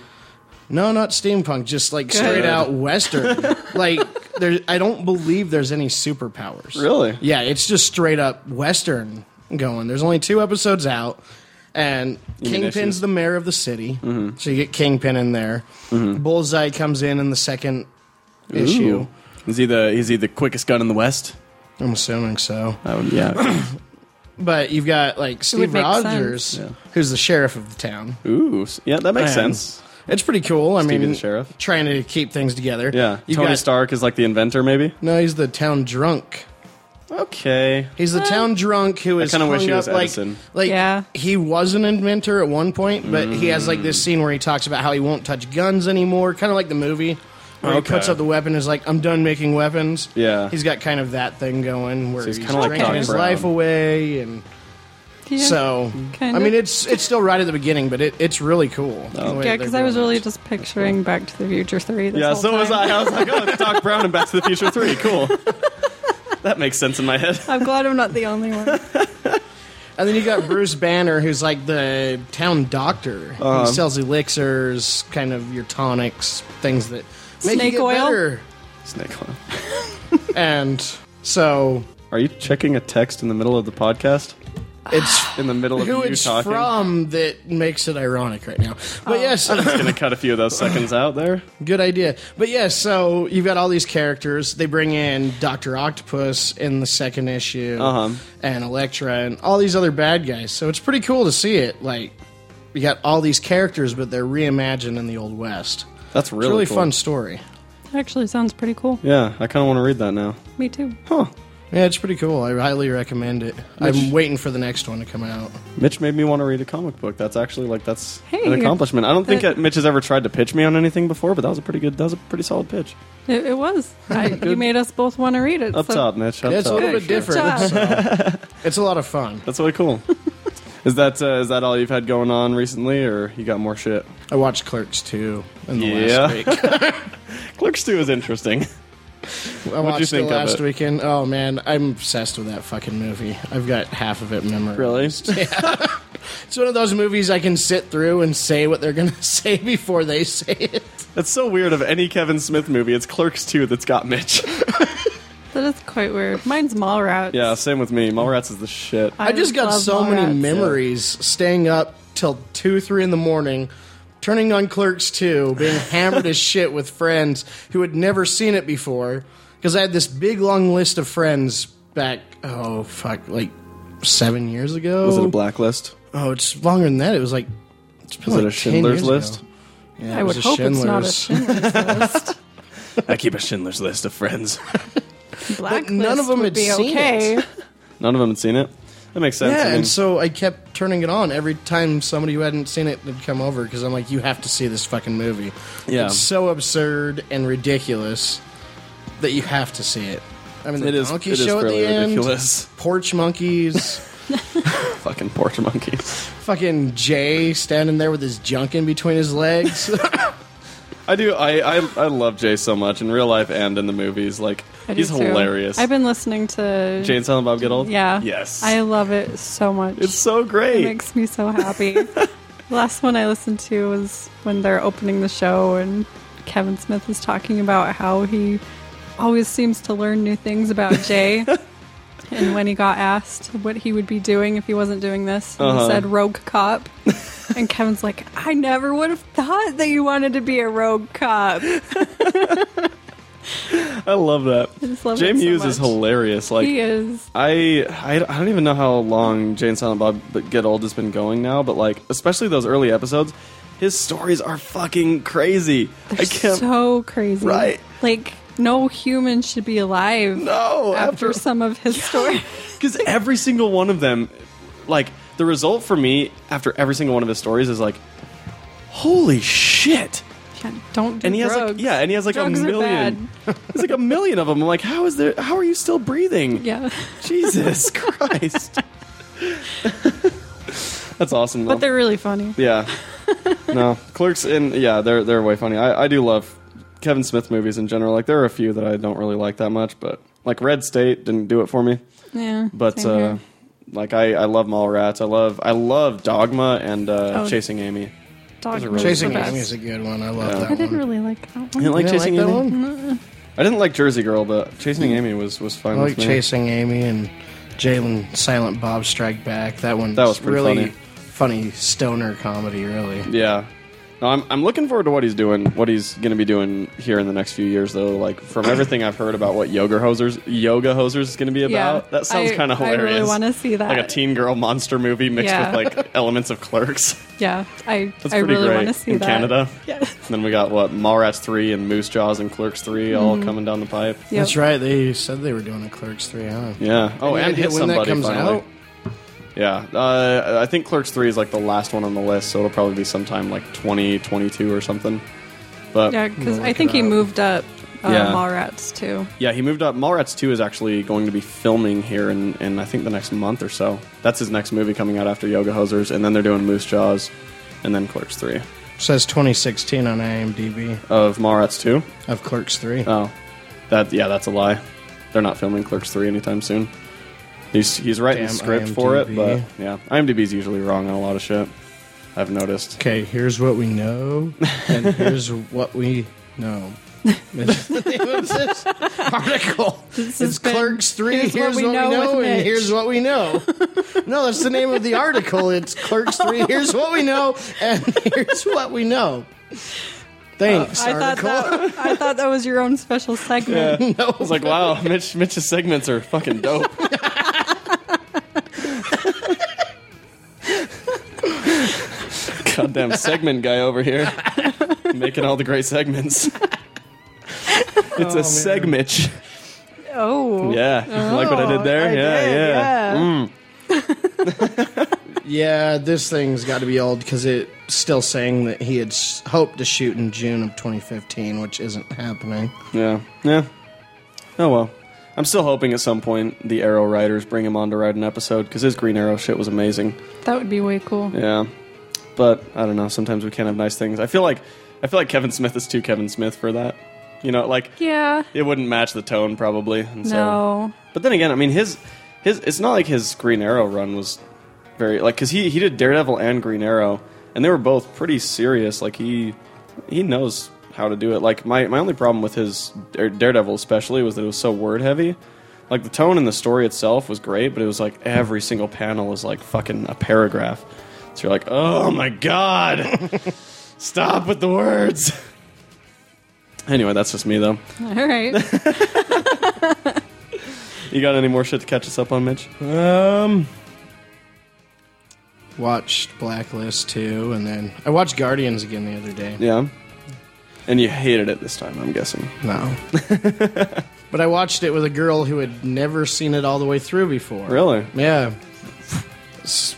C: No, not steampunk, just like
A: Good.
C: straight out western. like there, I don't believe there's any superpowers.
A: Really?
C: Yeah, it's just straight up western going. There's only two episodes out, and
A: mean Mm-hmm.
C: Kingpin's
A: issues?
C: the mayor of the city, so you get Kingpin in there. Bullseye comes in in the second issue.
A: Mm-hmm. Ooh. Is he the is he the quickest gun in the West?
C: I'm assuming so.
A: I would, yeah.
C: But you've got like Steve
B: make
C: Rogers,
B: sense.
A: Yeah.
C: who's the sheriff of the town.
A: Ooh, s- yeah, that makes
C: And
A: sense.
C: It's pretty cool. I
A: Stevie
C: mean,
A: the sheriff.
C: trying to keep things together.
A: Yeah,
C: You've
A: Tony
C: got-
A: Stark is like the inventor, maybe.
C: No, he's the town drunk.
A: Okay.
C: He's the town drunk who is
A: kinda wish
C: hung
A: he was
C: up, like,
A: Edison.
C: Like
B: Yeah.
C: he was an inventor at one point, but he has like
A: Mm.
C: this scene where he talks about how he won't touch guns anymore, kind of like the movie. Where he
A: Okay.
C: puts up the weapon and is like, I'm done making weapons.
A: Yeah.
C: He's got kind of that thing going where
A: So he's
C: he's,
A: kinda like
C: drinking
B: Doc
C: his
A: Brown.
C: life away and
B: Yeah.
C: so
B: Kinda.
C: I mean it's it's still right at the beginning, but it, it's really
A: Oh.
C: cool. the way
B: yeah,
C: they're
B: because I was
C: doing
B: really
C: it.
B: just picturing Back to the Future Three. This
A: Yeah,
B: whole
A: so was
B: time.
A: I. I was like, oh, it's Doc Brown and Back to the Future 3. Cool. that makes sense in my head.
B: I'm glad I'm not the only one.
C: And then you got Bruce Banner, who's like the town doctor.
A: Uh-huh.
C: he sells elixirs, kind of your tonics, things that make
B: Snake
C: you get
B: oil?
C: better.
A: Snake oil.
C: And so
A: Are you checking a text in the middle of the podcast?
C: it's
A: In the middle of
C: who
A: you
C: it's
A: talking?
C: from that makes it ironic right now.
B: Oh.
C: But yes,
A: Gonna cut a few of those seconds out there.
C: good idea. But yes, so you've got all these characters. They bring in Doctor Octopus in the second issue,
A: Uh-huh.
C: and Elektra, and all these other bad guys. So it's pretty cool to see it. Like you got all these characters, but they're reimagined in the old west.
A: That's
C: It's
A: really,
C: a really
A: cool.
C: fun story.
B: Actually, sounds pretty cool.
A: Yeah, I kind of want to read that now.
B: Me too.
A: Huh.
C: Yeah, it's pretty cool. I highly recommend it. I'm waiting for the next one to come out.
A: Mitch made me want to read a comic book. That's actually like that's
B: Hey.
A: an accomplishment. I don't think
B: That-
A: that Mitch has ever tried to pitch me on anything before, but that was a pretty good. That was a pretty solid pitch.
B: It, it was. I, you made us both want to read it.
A: Up
B: so-
A: top, Mitch. Up
C: Yeah, it's a
A: top.
C: little
B: Good
C: bit different.
B: job.
C: so it's a lot of fun.
A: That's really cool. is that uh, is that all you've had going on recently, or you got more shit?
C: I watched Clerks 2 in the
A: Yeah.
C: last week.
A: Clerks Two is interesting.
C: I watched
A: think of
C: it last
A: it?
C: weekend. Oh, man. I'm obsessed with that fucking movie. I've got half of it memorized.
A: Really?
C: It's one of those movies I can sit through and say what they're going to say before they say it.
A: That's so weird. Of any Kevin Smith movie, it's Clerks Two that's got Mitch.
B: That is quite weird. Mine's Mallrats.
A: yeah, same with me. Mallrats is the shit.
C: I, just got
B: love
C: so many
B: Mallrats.
C: memories staying up till two, three in the morning, turning on Clerks two, being hammered as shit with friends who had never seen it before. Because I had this big long list of friends back, oh fuck, like seven years ago.
A: Was it a blacklist?
C: Oh, it's longer than that. It was like it's been
A: Was it a
C: like 10
A: Schindler's
C: years
A: List?
C: ago. Yeah,
B: I
C: it was
B: would
C: a
B: hope it's not a
C: Schindler's.
B: Schindler's List.
A: I keep a Schindler's List of friends.
B: Blacklist
C: none of them
B: would
C: had
B: be
C: seen
B: okay.
C: it.
A: None of them had seen it. That makes sense.
C: Yeah,
A: I mean,
C: and so I kept turning it on every time somebody who hadn't seen it would come over because I'm like, you have to see this fucking movie.
A: Yeah.
C: It's so absurd and ridiculous that you have to see it. I mean, the
A: it is.
C: donkey
A: it is
C: show at
A: fairly
C: the end,
A: ridiculous.
C: porch monkeys,
A: Fucking porch monkeys.
C: fucking Jay standing there with his junk in between his legs.
A: I do. I, I I love Jay so much in real life and in the movies. Like
B: I do
A: he's
B: too.
A: hilarious.
B: I've been listening to
A: Jane Silent Bob Get Old.
B: Yeah.
A: Yes.
B: I love it so much.
A: it's so
B: it
A: great.
B: makes me so happy. the last one I listened to was when they're opening the show and Kevin Smith is talking about how he always seems to learn new things about Jay. and when he got asked what he would be doing if he wasn't doing this, and
A: Uh-huh.
B: he said rogue cop. and Kevin's like, I never would have thought that you wanted to be a rogue cop.
A: I love that.
B: I just love
A: Jay
B: it so
A: Muse is
B: much.
A: hilarious. Like
B: he is.
A: I, I I don't even know how long Jane Silent Bob But Get Old has been going now, but like especially those early episodes, his stories are fucking crazy. I
B: They're
A: can't.
B: so crazy.
A: Right.
B: Like, no human should be alive
A: no.
B: after,
A: After
B: some of his story.
A: because every single one of them, like the result for me after every single one of his stories is like, holy shit.
B: Yeah, don't do
A: and he
B: drugs.
A: has like yeah, and he has like
B: drugs
A: a
B: are
A: million. There's like a million of them. I'm like, how is there? How are you still breathing?
B: Yeah.
A: Jesus Christ. That's awesome. Though.
B: But they're really funny.
A: Oh. yeah, no clerks and yeah, they're they're way funny. I I do love Kevin Smith movies in general. Like there are a few that I don't really like that much, but like Red State didn't do it for me.
B: Yeah.
A: But
B: same
A: uh,
B: here.
A: like I I love Mallrats. I love I love Dogma and uh,
B: Oh.
A: Chasing Amy.
B: Dog
A: are really
C: Chasing
A: the best.
C: Amy is a good one. I love
A: Yeah.
C: that
B: I
C: one.
B: didn't really like that
A: You
B: one.
A: didn't like
C: You didn't
A: Chasing
C: like that
A: Amy?
C: one? Mm.
A: I didn't like Jersey Girl, but Chasing Amy was was fine.
C: I like
A: with me.
C: Chasing Amy and Jalen Silent Bob Strike Back. That one
A: That was pretty
C: really
A: funny.
C: funny stoner comedy, really.
A: Yeah. No, I'm, I'm looking forward to what he's doing, what he's going to be doing here in the next few years, though. Like from everything I've heard about what yoga hosers, yoga hosers is going to be about, that sounds
B: I-
A: kind of hilarious.
B: I really want to see that.
A: Like a teen girl monster movie mixed
B: Yeah.
A: with like elements of Clerks.
B: Yeah, I
A: That's
B: I
A: pretty
B: really
A: great
B: want to see
A: in
B: that.
A: Canada.
B: Yes.
A: And then we got what Mallrats three and Moose Jaws and Clerks 3 all coming down the pipe.
B: Mm-hmm. Yep.
C: That's right. They said they were doing a Clerks three. Huh?
A: Yeah. Oh,
C: Any
A: and hit
C: idea when that
A: somebody
C: comes
A: finally.
C: out?
A: Yeah. Uh, I think Clerks three is like the last one on the list, so it'll probably be sometime like 2022 or something. But
B: Yeah,
A: yeah.
B: because
C: We'll
B: I
C: look
B: think
C: it
B: he
C: up.
B: moved up uh,
A: Yeah.
B: Mallrats too.
A: he moved up. Mallrats two is actually going to be filming here in, in I think the next month or so. That's his next movie coming out after Yoga Hosers, and then they're doing Moose Jaws, and then Clerks three
C: Says 2016 on IMDb
A: of Mallrats two.
C: of Clerks three.
A: Oh, that yeah, that's a lie. They're not filming Clerks three anytime soon. He's he's writing
C: Damn
A: the script for it, but
C: IMDb.
A: yeah, IMDb's usually wrong on a lot of shit. I've noticed.
C: Okay, here's what we know, and here's what we know. Is the name of this article.
B: This has
C: it's
B: been,
C: Clerks 3,
B: "Here's what
C: here's,
B: we
C: what, we
B: know
C: know,
B: with
C: and
B: Mitch."
C: here's what we know. No, that's the name of the article. It's Clerks 3, here's what we know, and here's what we know. Thanks,
B: I thought
C: article.
B: that I thought that was your own special segment.
A: I was like, wow, Mitch Mitch's segments are fucking dope. Goddamn segment guy over here making all the great segments. It's a segment.
B: Oh,
A: Yeah, you like what I did there? yeah,
B: I did,
A: yeah.
B: yeah.
A: Mm.
C: Yeah, this thing's got to be old because it's still saying that he had s- hoped to shoot in June of 2015, which isn't happening.
A: Yeah. Yeah. Oh well. I'm still hoping at some point the Arrow writers bring him on to write an episode because his Green Arrow shit was amazing.
B: That would be way cool.
A: Mm. Yeah. But I don't know. Sometimes we can't have nice things. I feel like I feel like Kevin Smith is too Kevin Smith for that. You know, like
B: Yeah.
A: it wouldn't match the tone probably. And So,
B: No.
A: but then again, I mean, his his it's not like his Green Arrow run was very like because he he did Daredevil and Green Arrow, and they were both pretty serious. Like he he knows how to do it. Like my my only problem with his Dare- Daredevil especially was that it was so word heavy. Like the tone and the story itself was great, but it was like every single panel was like fucking a paragraph. So you're like, oh my god, stop with the words. Anyway, that's just me though.
B: All right.
A: You got any more shit to catch us up on, Mitch?
C: Um, watched Blacklist too, and then I watched Guardians again the other day.
A: Yeah. And you hated it this time, I'm guessing.
C: No, but I watched it with a girl who had never seen it all the way through before.
A: Really?
C: Yeah,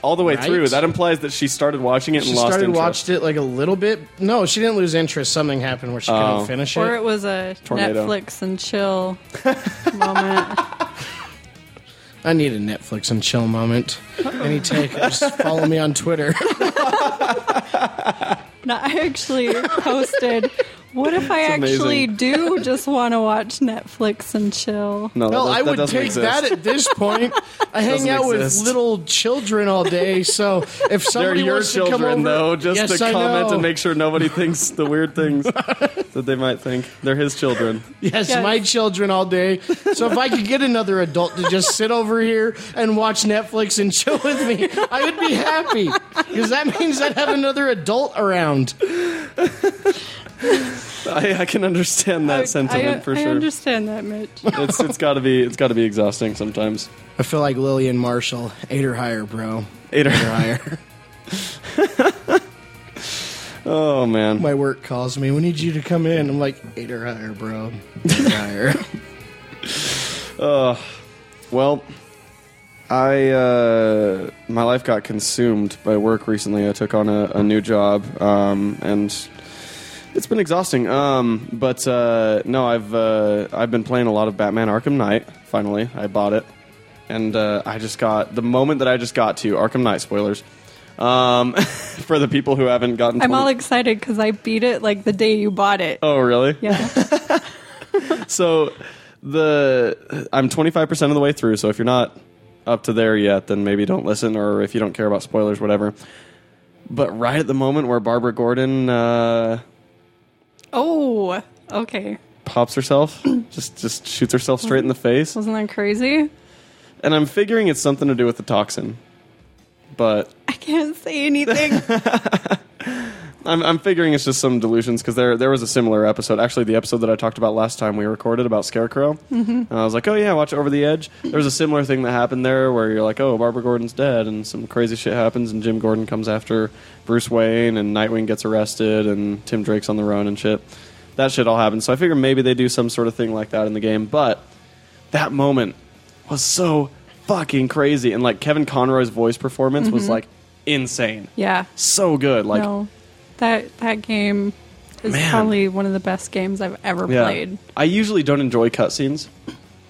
A: All the way
C: Right?
A: through. That implies that she started watching it
C: she
A: and lost
C: started
A: interest.
C: watched it like a little bit. No, she didn't lose interest. Something happened where she
A: Oh.
C: couldn't finish
B: Or
C: it.
B: it was a
A: Tornado.
B: Netflix and chill moment.
C: I need a Netflix and chill moment. Any takers? follow me on Twitter.
B: No, I actually posted. What if I
A: It's
B: actually
A: amazing.
B: do just want to watch Netflix and chill?
A: no,
C: No,
A: Oh, that,
C: I
A: that
C: would
A: doesn't
C: take
A: exist.
C: that at this point. I hang
A: Doesn't
C: out
A: exist.
C: with little children all day, so if
A: They're
C: somebody
A: your
C: wants to come
A: children,
C: over,
A: though, just
C: yes,
A: to
C: I
A: comment
C: know.
A: and make sure nobody thinks the weird things that they might think. They're his children.
C: yes,
B: Yes.
C: my children all day. So if I could get another adult to just sit over here and watch Netflix and chill with me, I would be happy because that means I'd have another adult around.
A: I, I can understand that
B: I-
A: sentiment
B: I,
A: for
B: I
A: sure.
B: understand that, Mitch.
A: It's it's got to be it's got to be exhausting sometimes.
C: I feel like Lillian Marshall, eight or higher, bro,
A: Eight or-
C: eight or higher.
A: Oh man.
C: My work calls me. We need you to come in. I'm like eight or higher, bro, eight or higher.
A: Well, I uh, my life got consumed by work recently. I took on a, a new job, um, and it's been exhausting. Um, but uh, no, I've uh, I've been playing a lot of Batman Arkham Knight. Finally, I bought it, and uh, I just got the moment that I just got to Arkham Knight spoilers. Um, for the people who haven't gotten,
B: I'm all
A: 20
B: excited because I beat it like the day you bought it.
A: oh really?
B: Yeah.
A: so the I'm 25% of the way through, so if you're not up to there yet, then maybe don't listen or if you don't care about spoilers whatever. But right at the moment where Barbara Gordon uh,
B: Oh, okay.
A: pops herself, just just shoots herself straight in the face,
B: Wasn't that crazy?
A: and I'm figuring it's something to do with the toxin. But
B: I can't say anything.
A: I'm, I'm figuring it's just some delusions because there there was a similar episode. Actually, the episode that I talked about last time we recorded about Scarecrow, and I was like, oh yeah, watch Over the Edge. There was a similar thing that happened there where you're like, oh, Barbara Gordon's dead, and some crazy shit happens, and Jim Gordon comes after Bruce Wayne, and Nightwing gets arrested, and Tim Drake's on the run and shit. That shit all happens. So I figure maybe they do some sort of thing like that in the game, but that moment was so fucking crazy, and like Kevin Conroy's voice performance was like insane
B: Yeah.
A: so good. Like,
B: no, that that game is
A: Man.
B: probably one of the best games I've ever
A: yeah.
B: played.
A: I usually don't enjoy cutscenes,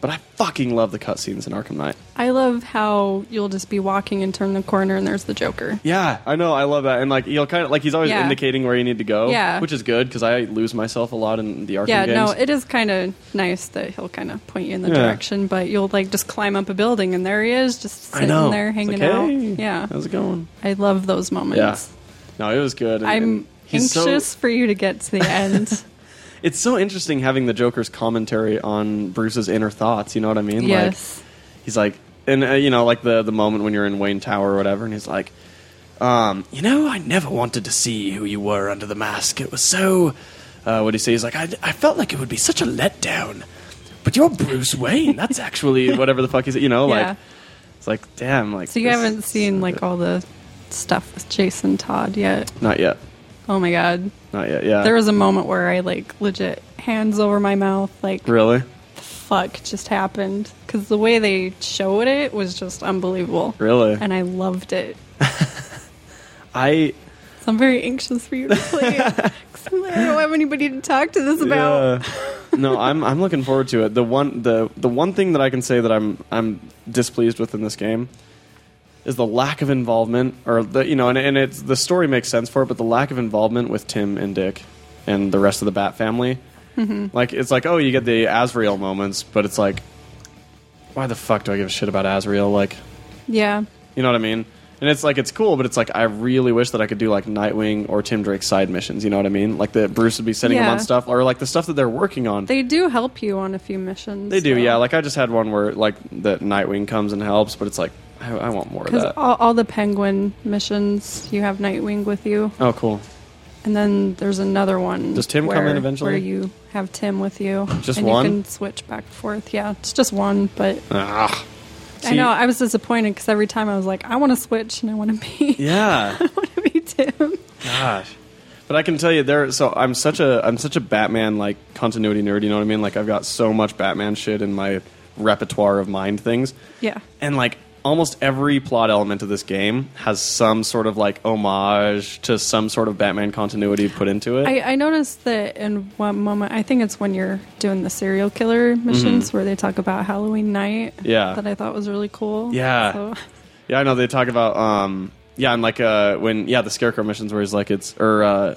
A: but I fucking love the cutscenes in Arkham Knight.
B: I love how you'll just be walking and turn the corner and there's the Joker.
A: Yeah, I know. I love that. And like, he'll kind of like he's always
B: Yeah.
A: indicating where you need to go.
B: Yeah.
A: which is good because I lose myself a lot in the Arkham
B: Yeah,
A: games.
B: no, it is kind of nice that he'll kind of point you in the
A: Yeah.
B: direction, but you'll like just climb up a building and there he is, just
A: I
B: sitting
A: know.
B: there
A: It's
B: hanging
A: like,
B: out.
A: hey,
B: Yeah,
A: how's it going?
B: I love those
A: Yeah.
B: moments.
A: No, it was good. and-
B: I'm
A: and he's so-
B: anxious for you to get to the end.
A: it's so interesting having the Joker's commentary on Bruce's inner thoughts. You know what I mean? Like,
B: yes.
A: he's like, and uh, you know, like the the moment when you're in Wayne Tower or whatever, and he's like, um, you know, I never wanted to see who you were under the mask. It was so, uh, what do you say? He's like, I, I felt like it would be such a letdown. But you're Bruce Wayne. That's actually whatever the fuck is. You know,
B: yeah.
A: like it's like damn. Like
B: So you
A: this
B: haven't
A: is-
B: seen like all the stuff with Jason Todd yet.
A: Not yet.
B: Oh my god.
A: Not yet. Yeah.
B: There was a moment where I like legit hands over my mouth like
A: really,
B: fuck just happened cuz the way they showed it was just unbelievable.
A: really.
B: And I loved it.
A: I
B: So I'm very anxious for you to play it. 'Cause I'm like, I don't have anybody to talk to this about.
A: Yeah. no, I'm I'm looking forward to it. The one the the one thing that I can say that I'm I'm displeased with in this game is the lack of involvement or the you know and and it's the story makes sense for it, but the lack of involvement with Tim and Dick and the rest of the Bat family. Like it's like oh you get the Asriel moments, but it's like why the fuck do I give a shit about Asriel? Like
B: Yeah.
A: you know what I mean? And it's like it's cool, but it's like I really wish that I could do like Nightwing or Tim Drake side missions. You know what I mean? Like that Bruce would be sending them
B: Yeah.
A: on stuff, or like the stuff that they're working on.
B: They do help you on a few missions.
A: They do,
B: though.
A: yeah. Like I just had one where like that Nightwing comes and helps, but it's like I, I want more of
B: Because
A: that.
B: all, all the Penguin missions, you have Nightwing with you,
A: oh, cool.
B: and then there's another one.
A: Does Tim come in
B: where-
A: eventually?
B: Where you have Tim with you,
A: Just
B: and
A: one?
B: You can switch back and forth. Yeah, it's just one. But
A: Ah,
B: I know I was disappointed because every time I was like, I want to switch and I want to be,
A: yeah,
B: I want to be Tim.
A: gosh. But I can tell you there. So I'm such a I'm such a Batman like continuity nerd. You know what I mean? Like I've got so much Batman shit in my repertoire of mind things.
B: Yeah,
A: and like almost every plot element of this game has some sort of like homage to some sort of Batman continuity put into it.
B: I, I noticed that in one moment. I think it's when you're doing the serial killer missions where they talk about Halloween night.
A: Mm-hmm. Yeah.
B: that I thought was really cool.
A: Yeah.
B: So-
A: yeah, I know they talk about um yeah, and like uh when yeah, the scarecrow missions where he's like it's or uh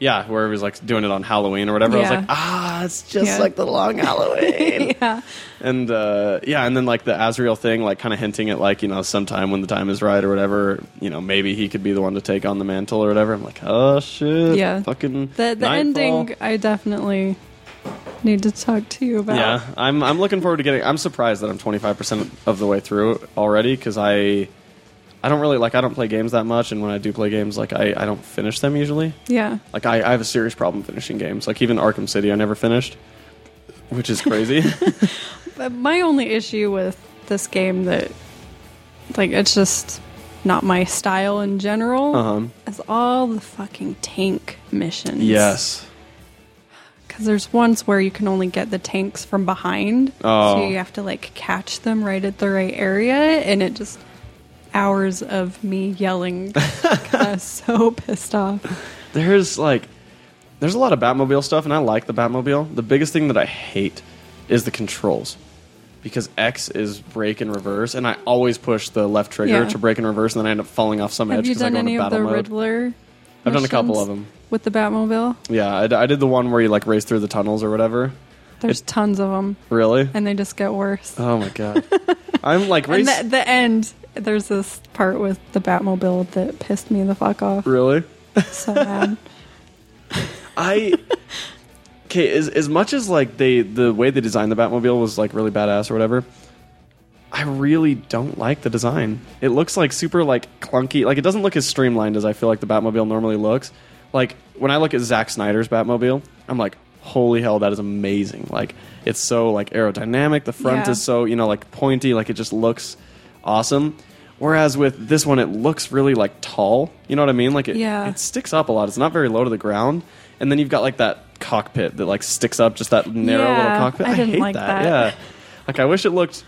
A: yeah, where he's like doing it on Halloween or whatever. I was
B: Yeah.
A: like, ah, it's just
B: Yeah.
A: like the long Halloween.
B: yeah.
A: and uh, yeah, and then like the Azrael thing, like kind of hinting at like you know sometime when the time is right or whatever, you know maybe he could be the one to take on the mantle or whatever. I'm like, oh shit,
B: Yeah.
A: fucking
B: The the
A: Nightfall.
B: ending, I definitely need to talk to you about.
A: Yeah, I'm I'm looking forward to getting. I'm surprised that I'm 25% of the way through already because I I don't really like I don't play games that much, and when I do play games, like I, I don't finish them usually.
B: Yeah.
A: Like I, I have a serious problem finishing games. Like even Arkham City, I never finished, which is crazy.
B: But my only issue with this game that, like, it's just not my style in general
A: Uh-huh.
B: is all the fucking tank missions.
A: yes.
B: Because there's ones where you can only get the tanks from behind.
A: Oh.
B: So you have to, like, catch them right at the right area. And it just. Hours of me yelling. I was so pissed off.
A: there's like there's a lot of Batmobile stuff, and I like the Batmobile. The biggest thing that I hate is the controls because X is brake and reverse, and I always push the left trigger
B: Yeah.
A: to brake and reverse, and then I end up falling off some edge
B: Have you
A: because I
B: done
A: go
B: any
A: into
B: of the
A: battle mode.
B: Riddler?
A: I've done a couple of
B: missions
A: them.
B: With the Batmobile?
A: Yeah, I, d- I did the one where you like race through the tunnels or whatever.
B: There's tons of them,
A: Really?
B: and they just get worse.
A: oh my god, I'm like race.
B: and the, the end, there's this part with the Batmobile that pissed me the fuck off
A: really?
B: so bad.
A: I okay. As as much as like they the way they designed the Batmobile was like really badass or whatever. I really don't like the design. It looks like super like clunky. Like it doesn't look as streamlined as I feel like the Batmobile normally looks. like when I look at Zack Snyder's Batmobile, I'm like, holy hell, that is amazing. Like it's so like aerodynamic. The front
B: Yeah.
A: is so you know like pointy. Like it just looks awesome. Whereas with this one, it looks really like tall. You know what I mean? Like it,
B: Yeah.
A: it sticks up a lot. It's not very low to the ground. And then you've got like that cockpit that like sticks up, just that narrow
B: Yeah,
A: little cockpit.
B: I didn't
A: hate
B: like that.
A: Yeah, like I wish it looked.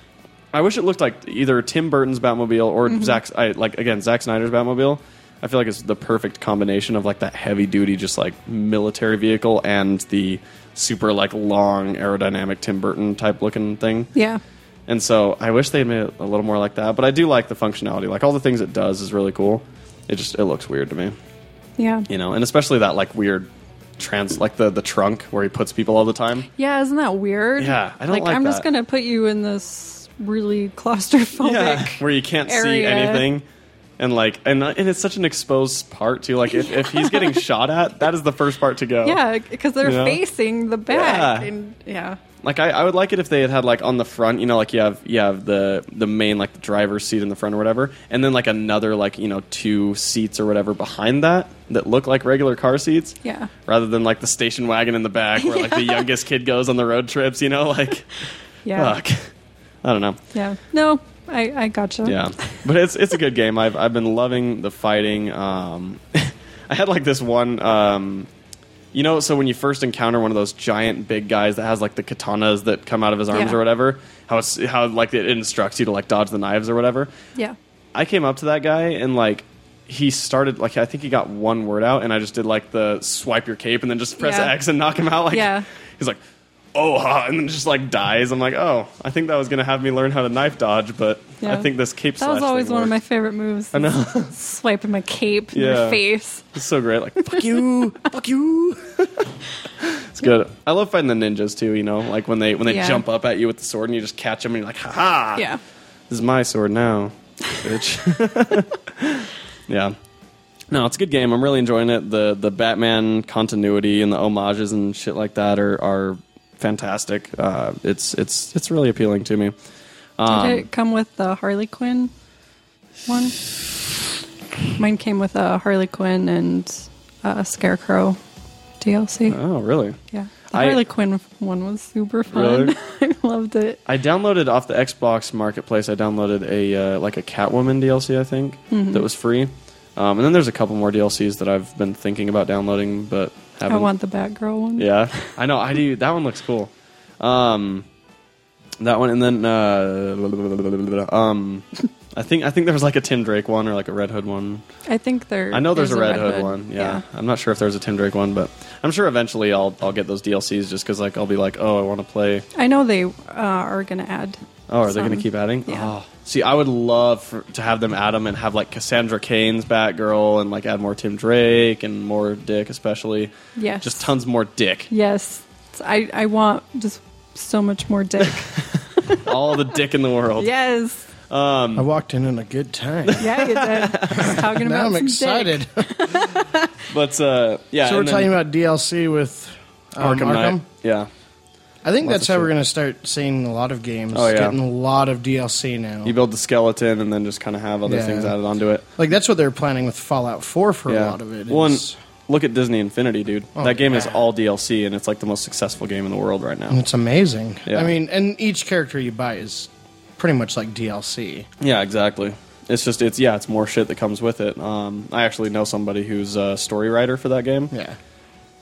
A: I wish it looked like either Tim Burton's Batmobile or
B: Mm-hmm.
A: Zack's. I, like again, Zack Snyder's Batmobile. I feel like it's the perfect combination of like that heavy duty, just like military vehicle and the super like long aerodynamic Tim Burton type looking thing.
B: Yeah.
A: And so I wish they had made it a little more like that. But I do like the functionality. Like all the things it does is really cool. It just it looks weird to me
B: Yeah.
A: you know, and especially that like weird trans, like the the trunk where he puts people all the time.
B: Yeah, isn't that weird?
A: Yeah, I don't like
B: I'm
A: that.
B: just gonna put you in this really claustrophobic.
A: where you can't see
B: Oh, area.
A: anything, and like, and uh, and it's such an exposed part too. Like if, if he's getting shot at, that is the first part to go.
B: Yeah, because they're
A: You know?
B: facing the back.
A: Yeah.
B: Yeah. And, yeah.
A: Like I, I would like it if they had had like on the front, you know, like you have you have the the main like the driver's seat in the front or whatever, and then like another like you know two seats or whatever behind that that look like regular car seats.
B: Yeah.
A: Rather than like the station wagon in the back where like the youngest kid goes on the road trips, you know, like
B: Yeah.
A: fuck. I don't know.
B: Yeah. No, I, I gotcha.
A: Yeah, but it's it's a good game. I've I've been loving the fighting. Um, I had like this one. Um, you know, so when you first encounter one of those giant big guys that has like the katanas that come out of his arms
B: Yeah.
A: or whatever, how it's, how like it instructs you to like dodge the knives or whatever.
B: Yeah.
A: I came up to that guy and like he started like I think he got one word out and I just did like the swipe your cape and then just press
B: Yeah.
A: X and knock him out like
B: Yeah.
A: he's like oh ha and then just like dies I'm like oh I think that was gonna have me learn how to knife dodge but
B: Yeah.
A: I think this cape
B: That was
A: slash
B: always
A: thing
B: one of
A: worked.
B: my favorite moves.
A: I know
B: Swiping my cape in
A: Yeah.
B: your face.
A: it's so great like fuck you fuck you it's good I love fighting the ninjas too you know like when they when they
B: Yeah.
A: jump up at you with the sword and you just catch them and you're like ha ha
B: Yeah.
A: this is my sword now, bitch. yeah. No, it's a good game. I'm really enjoying it. The the Batman continuity and the homages and shit like that are are fantastic. Uh, it's it's it's really appealing to me. Um,
B: Did it come with the Harley Quinn one? Mine came with a Harley Quinn and a Scarecrow DLC.
A: Oh, really?
B: yeah. The
A: I-
B: Harley Quinn one was super fun.
A: Really?
B: I loved it.
A: I downloaded off the Xbox Marketplace. I downloaded a uh, like a Catwoman DLC, I think, that was free. Um, and then there's a couple more DLCs that I've been thinking about downloading, but haven't.
B: I want the Batgirl one.
A: Yeah, I know. I do. That one looks cool. Um, that one, and then uh, um, I think I think there was like a Tim Drake one or like a Red Hood one.
B: I think there.
A: I know there's, a Red, Hood, one. Yeah. I'm not sure if there's a Tim Drake one, but I'm sure eventually I'll I'll get those DLCs just because like I'll be like, oh, I want to play.
B: I know they uh, are going to add.
A: Oh, are they going to
B: some.
A: keep adding?
B: Yeah.
A: Oh. See, I would love for, to have them add them and have like Cassandra Cain's Batgirl and like add more Tim Drake and more Dick, especially.
B: Yes.
A: Just tons more Dick.
B: Yes. I, I want just so much more dick.
A: All the Dick in the world.
B: yes.
A: Um,
C: I walked in on a good time.
B: Yeah, you did. Just talking about
C: now I'm
B: some dick.
C: excited.
A: But uh, yeah,
C: so we're
A: and then
C: talking about DLC with um, Arkham.
A: Yeah,
C: I think
A: Lots
C: that's
A: of
C: how we're
A: shit.
C: going to start seeing a lot of games
A: Oh, yeah.
C: getting a lot of DLC now.
A: you build the skeleton and then just kind of have other
C: Yeah.
A: things added onto it.
C: like that's what they're planning with Fallout 4 for
A: yeah,
C: a lot of it.
A: One,
C: is-
A: look at Disney Infinity, dude.
C: Oh,
A: that game is
C: yeah. Mm.
A: all DLC, and it's like the most successful game in the world right now.
C: It's amazing.
A: Yeah.
C: I mean, and each character you buy is pretty much like DLC.
A: Yeah, exactly. It's just it's yeah, it's more shit that comes with it. Um, I actually know somebody who's a story writer for that game.
C: Yeah.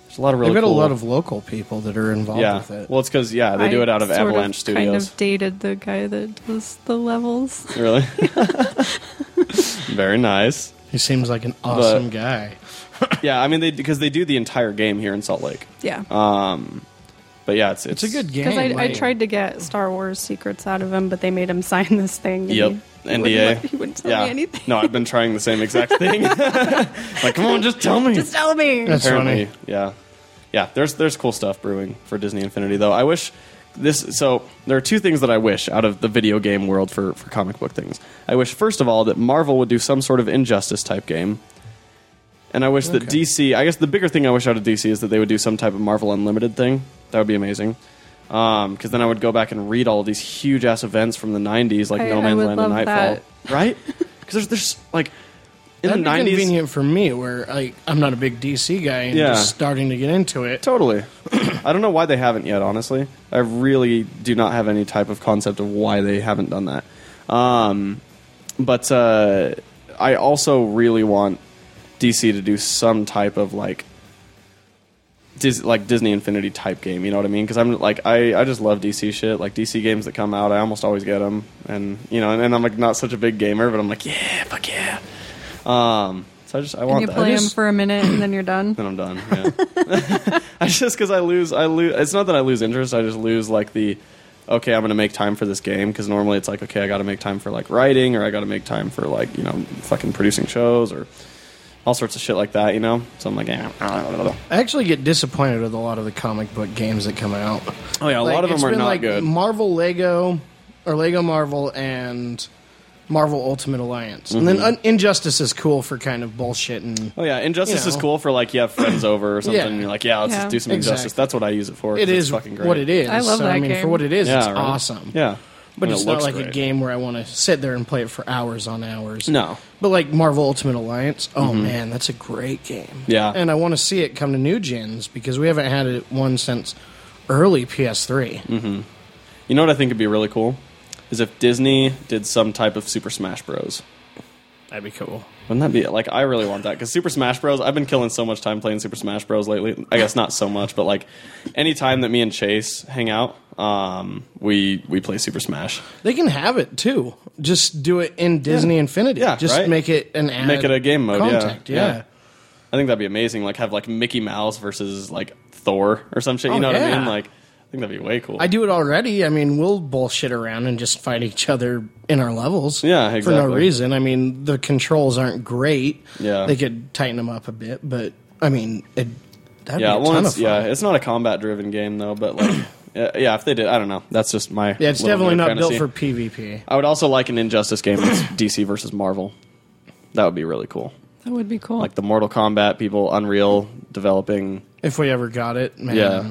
A: There's a lot of really
C: They've got
A: cool,
C: a lot of local people that are involved
A: yeah.
C: with it.
A: Well, it's because yeah, they do
B: I
A: it out of
B: sort
A: Avalanche
B: Kind
A: Studios.
B: of dated the guy that does the levels.
A: really, very nice.
C: he seems like an awesome guy.
A: Yeah, I mean they because they do the entire game here in Salt Lake.
B: Yeah,
A: Uh, But yeah, it's
C: It's a good game.
B: because I, I
C: like-
B: tried to get Star Wars secrets out of him, but they made him sign this thing. and
A: Yep.
B: he- he wouldn't
A: NDA.
B: let- He wouldn't tell me anything.
A: No, I've been trying the same exact thing. like, come on, just tell me.
B: Just tell me.
C: That's
A: Apparently,
C: funny.
A: yeah, yeah. There's there's cool stuff brewing for Disney Infinity though. I wish this. So there are two things that I wish out of the video game world for for comic book things. I wish first of all that Marvel would do some sort of Injustice type game. And I wish that
C: Okay.
A: DC. I guess the bigger thing I wish out of DC is that they would do some type of Marvel Unlimited thing. That would be amazing. Because then I would go back and read all these huge ass events from the '90s, like
B: I-
A: No
B: I
A: Man's
B: would
A: Land and
B: love
A: Nightfall,
B: that.
A: right? Because there's there's like in
C: That'd
A: the
C: be
A: nineties.
C: convenient for me, where I, I'm not a big DC guy and
A: Yeah.
C: just starting to get into it.
A: Totally. I don't know why they haven't yet, honestly. I really do not have any type of concept of why they haven't done that. Um, but uh, I also really want DC to do some type of like. Dis- like Disney Infinity type game, you know what I mean? Because I'm like I, I just love DC shit. Like DC games that come out, I almost always get them, and you know, and, and I'm like not such a big gamer, but I'm like yeah, fuck yeah. Um, so I just I
B: And
A: want
B: you
A: that.
B: play
C: I
B: them
C: just-
B: for a minute and then you're done.
A: Then I'm done. Yeah. I just because I lose, I lose. It's not that I lose interest. I just lose like the, okay, I'm gonna make time for this game because normally it's like, okay, I got to make time for like writing or I got to make time for like you know fucking producing shows or all sorts of shit like that. You know, so I'm like, eh. oh
C: I actually get disappointed with a lot of the comic book games that come out.
A: Oh, yeah, a lot of them are not
C: like
A: good.
C: Marvel Lego or Lego Marvel and Marvel Ultimate Alliance, and
A: Mm-hmm.
C: then Un- Injustice is cool for kind of bullshit and
A: Oh yeah, Injustice
C: you
A: is
C: know.
A: cool for like you have friends over or something.
C: Yeah.
A: and You're like, yeah, let's
B: Yeah.
A: just do some
C: Exactly.
A: Injustice. That's what I use it for. 'cause
C: it
A: it's
C: is
A: fucking great.
C: what it is.
B: I love
C: so, I
B: that
C: mean, for
B: game.
C: what it is,
A: Yeah,
C: it's
A: right?
C: awesome.
A: Yeah,
C: But
A: And it
C: it's not
A: looks
C: like a
A: great.
C: game where I want to sit there and play it for hours on hours.
A: No. Mm-hmm.
C: But like Marvel Ultimate Alliance, oh man, that's a great game.
A: Yeah.
C: And I want to see it come to new gens because we haven't had it one since early PS3.
A: Mm. You know what I think would be really cool is if Disney did some type of Super Smash Bros.
C: That'd be cool.
A: Wouldn't that be like I really want that because Super Smash Bros. I've been killing so much time playing Super Smash Bros. lately. I guess not so much, but like any time that me and Chase hang out, um, we we play Super Smash.
C: They can have it too. Just do it in Disney Infinity.
A: Yeah,
C: Just
A: right?
C: make it an ad
A: Make it a game mode, yeah.
C: contact, yeah.
A: Yeah. I think that'd be amazing. Like have like Mickey Mouse versus like Thor or some shit. You
C: Oh,
A: know what I
C: yeah.
A: mean? Like I think that'd be way cool.
C: I do it already. I mean, we'll bullshit around and just fight each other in our levels.
A: Yeah,
C: For no
A: exactly.
C: reason. I mean, the controls aren't great.
A: Yeah.
C: They could tighten them up a bit, but I mean, it, that'd
A: yeah,
C: be a
A: well,
C: ton
A: it's,
C: of fun.
A: yeah, it's not a combat driven game though, but like yeah, yeah, if they did, I don't know. That's just my
C: Yeah, it's
A: little
C: definitely
A: nerd
C: not
A: fantasy.
C: built for PvP.
A: I would also like an Injustice game that's DC versus Marvel. That would be really cool.
B: That would be cool.
A: like the Mortal Kombat people, Unreal developing.
C: If we ever got it, man,
A: Yeah.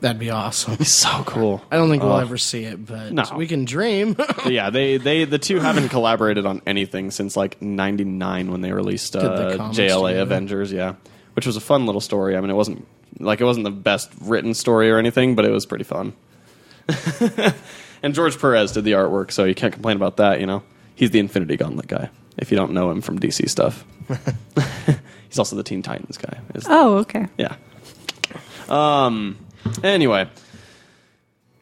C: that'd be awesome.
A: So cool.
C: I don't think we'll ever see it, but
A: No.
C: we can dream.
A: yeah, they they the two haven't collaborated on anything since like '99 when they released uh,
C: comics
A: JLA
C: together.
A: Avengers. Yeah, which was a fun little story. I mean, it wasn't like it wasn't the best written story or anything, but it was pretty fun. and George Perez did the artwork, so you can't complain about that. You know, he's the Infinity Gauntlet guy. If you don't know him from DC stuff, he's also the Teen Titans guy. Is
B: oh, okay.
A: Yeah. Um. Anyway,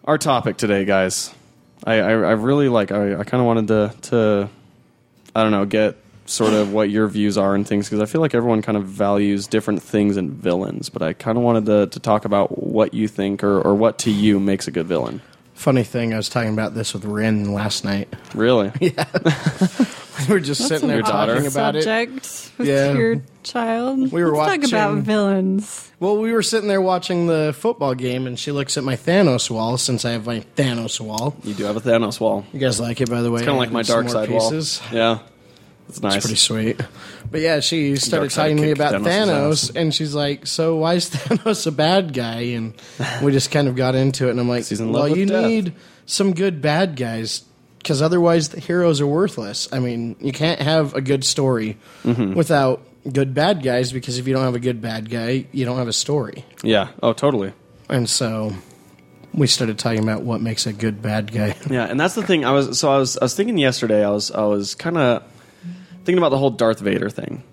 A: our topic today, guys. I I, I really like. I, I kind of wanted to to I don't know get sort of what your views are and things because I feel like everyone kind of values different things in villains. But I kind of wanted to to talk about what you think or or what to you makes a good villain.
C: Funny thing, I was talking about this with Rin last night.
A: Really?
C: we were just sitting there
A: an odd
C: talking about it.
B: subject with
C: Yeah.
B: your child.
C: We were
B: Let's talk about
C: watching-
B: villains.
C: Well, we were sitting there watching the football game, and she looks at my Thanos wall since I have my Thanos wall.
A: You do have a Thanos wall.
C: You guys like it, by the way.
A: Kind of like my
C: Some
A: dark
C: more
A: side
C: pieces.
A: wall. Yeah. It's nice.
C: It's pretty sweet. But yeah, she started
A: Dark side
C: talking to me
A: kick
C: about
A: Thanos'
C: Thanos, and she's like, "So why is Thanos a bad guy?" And we just kind of got into it, and I'm like,
A: he's in love
C: "Well,
A: with
C: you
A: death."
C: need some good bad guys." Because otherwise, the heroes are worthless. I mean, you can't have a good story
A: Mm-hmm.
C: without good bad guys. Because if you don't have a good bad guy, you don't have a story.
A: yeah. Oh, totally.
C: And so we started talking about what makes a good bad guy.
A: Yeah, and that's the thing. I was so I was I was thinking yesterday. I was I was kind of thinking about the whole Darth Vader thing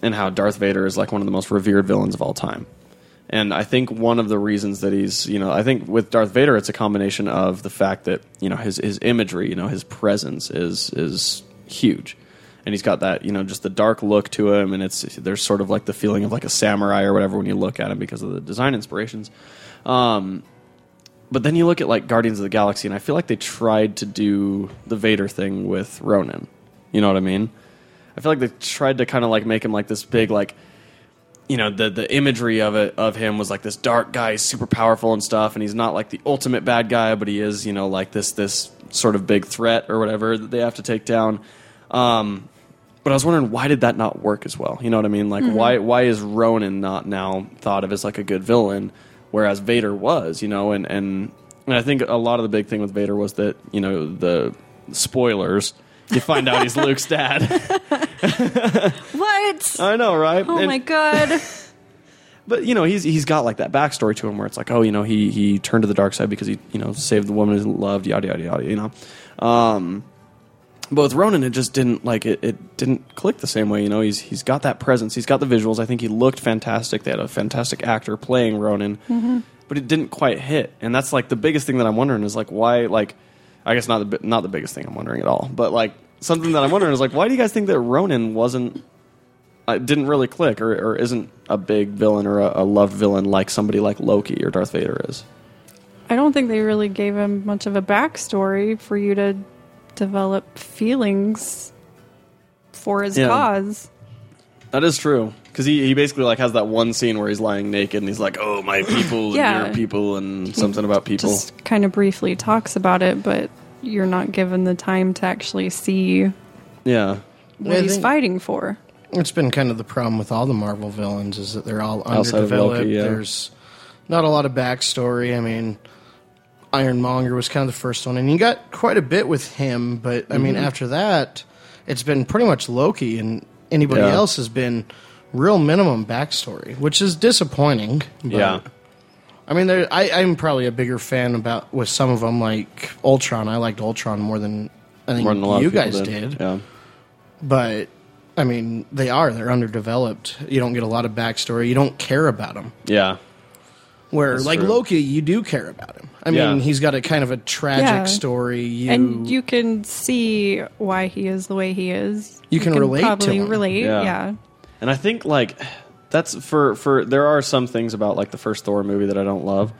A: and how Darth Vader is like one of the most revered villains of all time. And I think one of the reasons that he's, you know, I think with Darth Vader, it's a combination of the fact that you know his his imagery, you know, his presence is is huge, and he's got that, you know, just the dark look to him, and it's there's sort of like the feeling of like a samurai or whatever when you look at him because of the design inspirations. Um, but then you look at like Guardians of the Galaxy, and I feel like they tried to do the Vader thing with Ronan. You know what I mean? I feel like they tried to kind of like make him like this big like you know the the imagery of it of him was like this dark guy, super powerful and stuff, and he's not like the ultimate bad guy, but he is you know like this this sort of big threat or whatever that they have to take down. Um, but I was wondering why did that not work as well? You know what I mean? Like
B: Mm-hmm.
A: why why is Ronan not now thought of as like a good villain, whereas Vader was? You know, and and and I think a lot of the big thing with Vader was that you know the spoilers. You find out he's Luke's dad
B: What?
A: I know, right?
B: oh
A: And-
B: my god.
A: but you know he's he's got like that backstory to him where it's like oh you know he he turned to the dark side because he you know saved the woman he loved yada yada yada you know um but with Ronan it just didn't like it, it didn't click the same way you know he's he's got that presence he's got the visuals I think he looked fantastic they had a fantastic actor playing Ronan but it didn't quite hit and that's like the biggest thing that I'm wondering is like why like I guess not the bi- not the biggest thing I'm wondering at all but like something that I'm wondering is like why do you guys think that Ronan wasn't uh, didn't really click or, or isn't a big villain or a, a loved villain like somebody like Loki or Darth Vader is.
B: I don't think they really gave him much of a backstory for you to develop feelings for his
A: Yeah.
B: cause.
A: That is true. Because he, he basically like has that one scene where he's lying naked and he's like, oh, my people and
B: Yeah.
A: your people and something about people.
B: Just kind of briefly talks about it, but you're not given the time to actually see
A: yeah.
B: what
C: I
B: he's
C: think-
B: fighting for.
C: It's been kind of the problem with all the Marvel villains is that they're all
A: Outside of
C: underdeveloped.
A: Loki, yeah.
C: There's not a lot of backstory. I mean, Ironmonger was kind of the first one, and you got quite a bit with him. But I
A: Mm-hmm.
C: mean, after that, it's been pretty much Loki, and anybody
A: Yeah.
C: else has been real minimum backstory, which is disappointing. but-
A: Yeah.
C: I mean, there, I, I'm probably a bigger fan about with some of them, like Ultron. I liked Ultron more than I think
A: More than a lot
C: you
A: of people
C: guys
A: did.
C: did
A: Yeah.
C: but I mean, they are. They're underdeveloped. You don't get a lot of backstory. You don't care about them.
A: Yeah.
C: Where
A: That's
C: like
A: true.
C: Loki, you do care about him. I
A: Yeah.
C: mean, he's got a kind of a tragic
B: Yeah.
C: story. You,
B: and you can see why he is the way he is.
C: You can relate to
B: probably
C: him.
B: relate.
A: Yeah.
B: Yeah.
A: And I think like that's for for there are some things about like the first Thor movie that I don't love,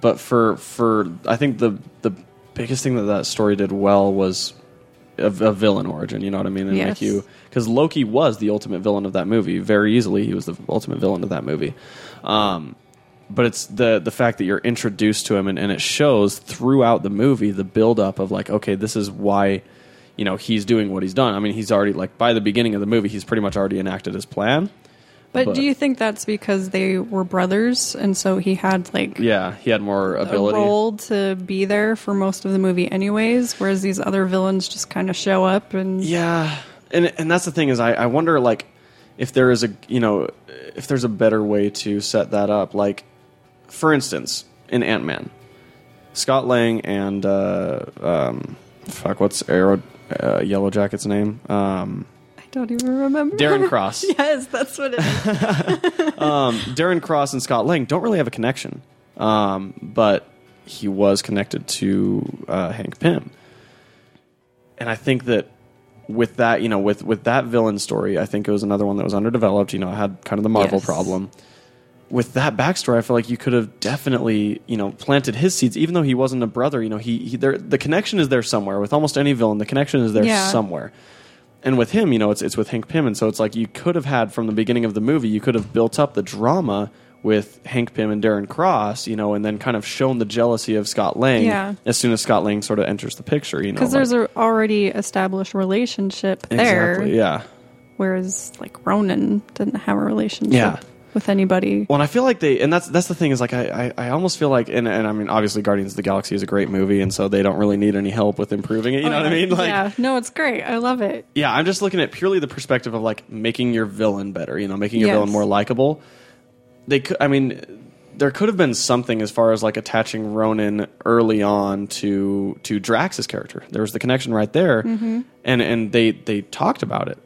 A: but for for I think the the biggest thing that that story did well was a, a villain origin. You know what I mean? And
B: Yes.
A: make you because Loki was the ultimate villain of that movie very easily. He was the ultimate villain of that movie. Um, but it's the the fact that you're introduced to him and, and it shows throughout the movie the buildup of like okay this is why you know he's doing what he's done i mean he's already like by the beginning of the movie he's pretty much already enacted his plan
B: But,
A: But-
B: do you think that's because they were brothers, and so he had like
A: yeah he had more
B: a
A: ability
B: role to be there for most of the movie, anyways? Whereas these other villains just kind of show up and
A: yeah and and that's the thing is i i wonder like if there is a you know if there's a better way to set that up like for instance in ant-man scott lang and uh um fuck what's arrow uh, yellow jacket's name um
B: I don't even remember.
A: Darren Oh Cross.
B: yes, that's what it is.
A: Darren Cross and Scott Lang don't really have a connection, um, but he was connected to uh, Hank Pym, and I think that with that, you know, with with that villain story, I think it was another one that was underdeveloped. You know, it had kind of the Marvel
B: Yes.
A: problem. With that backstory, I feel like you could have definitely, you know, planted his seeds. Even though he wasn't a brother, you know, he, he there the connection is there somewhere. With almost any villain, the connection is there
B: Yeah.
A: somewhere and with him, you know, it's it's with Hank Pym, and so it's like you could have had from the beginning of the movie, you could have built up the drama with Hank Pym and Darren Cross, you know, and then kind of shown the jealousy of Scott Lang
B: Yeah.
A: as soon as Scott Lang sort of enters the picture, you know,
B: Because
A: like-
B: there's a already established relationship there,
A: exactly, yeah.
B: whereas like Ronan didn't have a relationship
A: Yeah.
B: with anybody.
A: Well, and I feel like they, and that's that's the thing is like I, I, I almost feel like, and, and I mean, obviously, Guardians of the Galaxy is a great movie, and so they don't really need any help with improving it. You know what I mean? Like,
B: Oh, yeah, no, it's great. I love it.
A: yeah, I'm just looking at purely the perspective of like making your villain better, you know, making your
B: Yes.
A: villain more likable. They could, I mean, there could have been something as far as like attaching Ronan early on to to Drax's character. There was the connection right there,
B: Mm-hmm.
A: and and they they talked about it,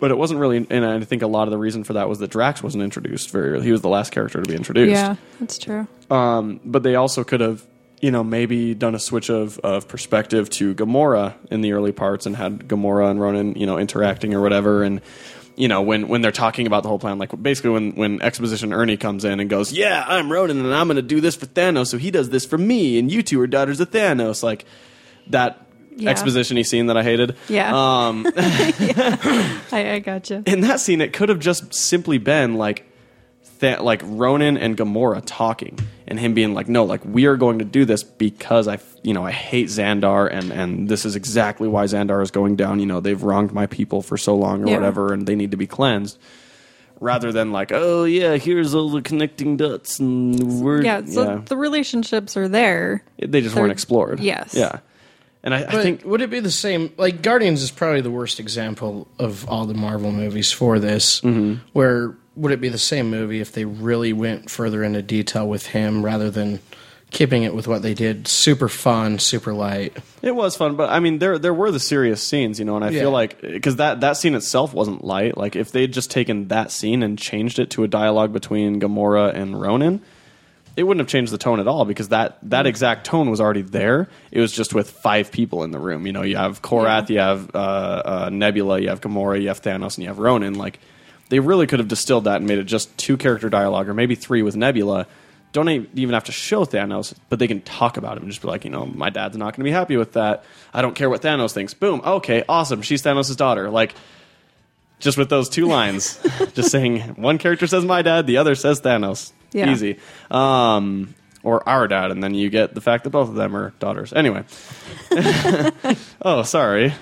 A: but it wasn't really. And I think a lot of the reason for that was that Drax wasn't introduced very early. He was the last character to be introduced.
B: Yeah, that's true.
A: Um, but they also could have, you know, maybe done a switch of, of perspective to Gamora in the early parts and had Gamora and Ronan, you know, interacting or whatever. And, you know, when, when they're talking about the whole plan, like basically when, when Exposition Ernie comes in and goes, Yeah, I'm Ronan and I'm going to do this for Thanos, so he does this for me, and you two are daughters of Thanos. Like that
B: Yeah.
A: exposition y scene that I hated.
B: Yeah.
A: Um,
B: I, I gotcha.
A: in that scene, it could have just simply been like, th- like Ronan and Gamora talking, and him being like, "No, like we are going to do this because I, f- you know, I hate Xandar, and and this is exactly why Xandar is going down. You know, they've wronged my people for so long, or
B: Yeah.
A: whatever, and they need to be cleansed." Rather than like, oh yeah, here's all the connecting dots and we're
B: Yeah, so
A: yeah."
B: the relationships are there.
A: It- they just
B: They're-
A: weren't explored.
B: yes.
A: Yeah. And I, I
C: But
A: think
C: would it be the same? Like Guardians is probably the worst example of all the Marvel movies for this.
A: Mm-hmm.
C: Where would it be the same movie if they really went further into detail with him rather than keeping it with what they did? Super fun, super light.
A: It was fun, but I mean, there there were the serious scenes, you know, and I
C: Yeah.
A: feel like because that that scene itself wasn't light. Like if they had just taken that scene and changed it to a dialogue between Gamora and Ronan, it wouldn't have changed the tone at all because that that exact tone was already there. It was just with five people in the room. You know, you have Korath, you have uh, uh, Nebula, you have Gamora, you have Thanos, and you have Ronan. Like they really could have distilled that and made it just two character dialogue or maybe three with Nebula. Don't e- even have to show Thanos, but they can talk about him and just be like, you know, my dad's not going to be happy with that. I don't care what Thanos thinks. Boom. Okay, awesome. She's Thanos' daughter. Like, just with those two lines, just saying one character says my dad, the other says Thanos.
B: Yeah.
A: Easy. Um, or our dad, and then you get the fact that both of them are daughters. Anyway. oh, sorry.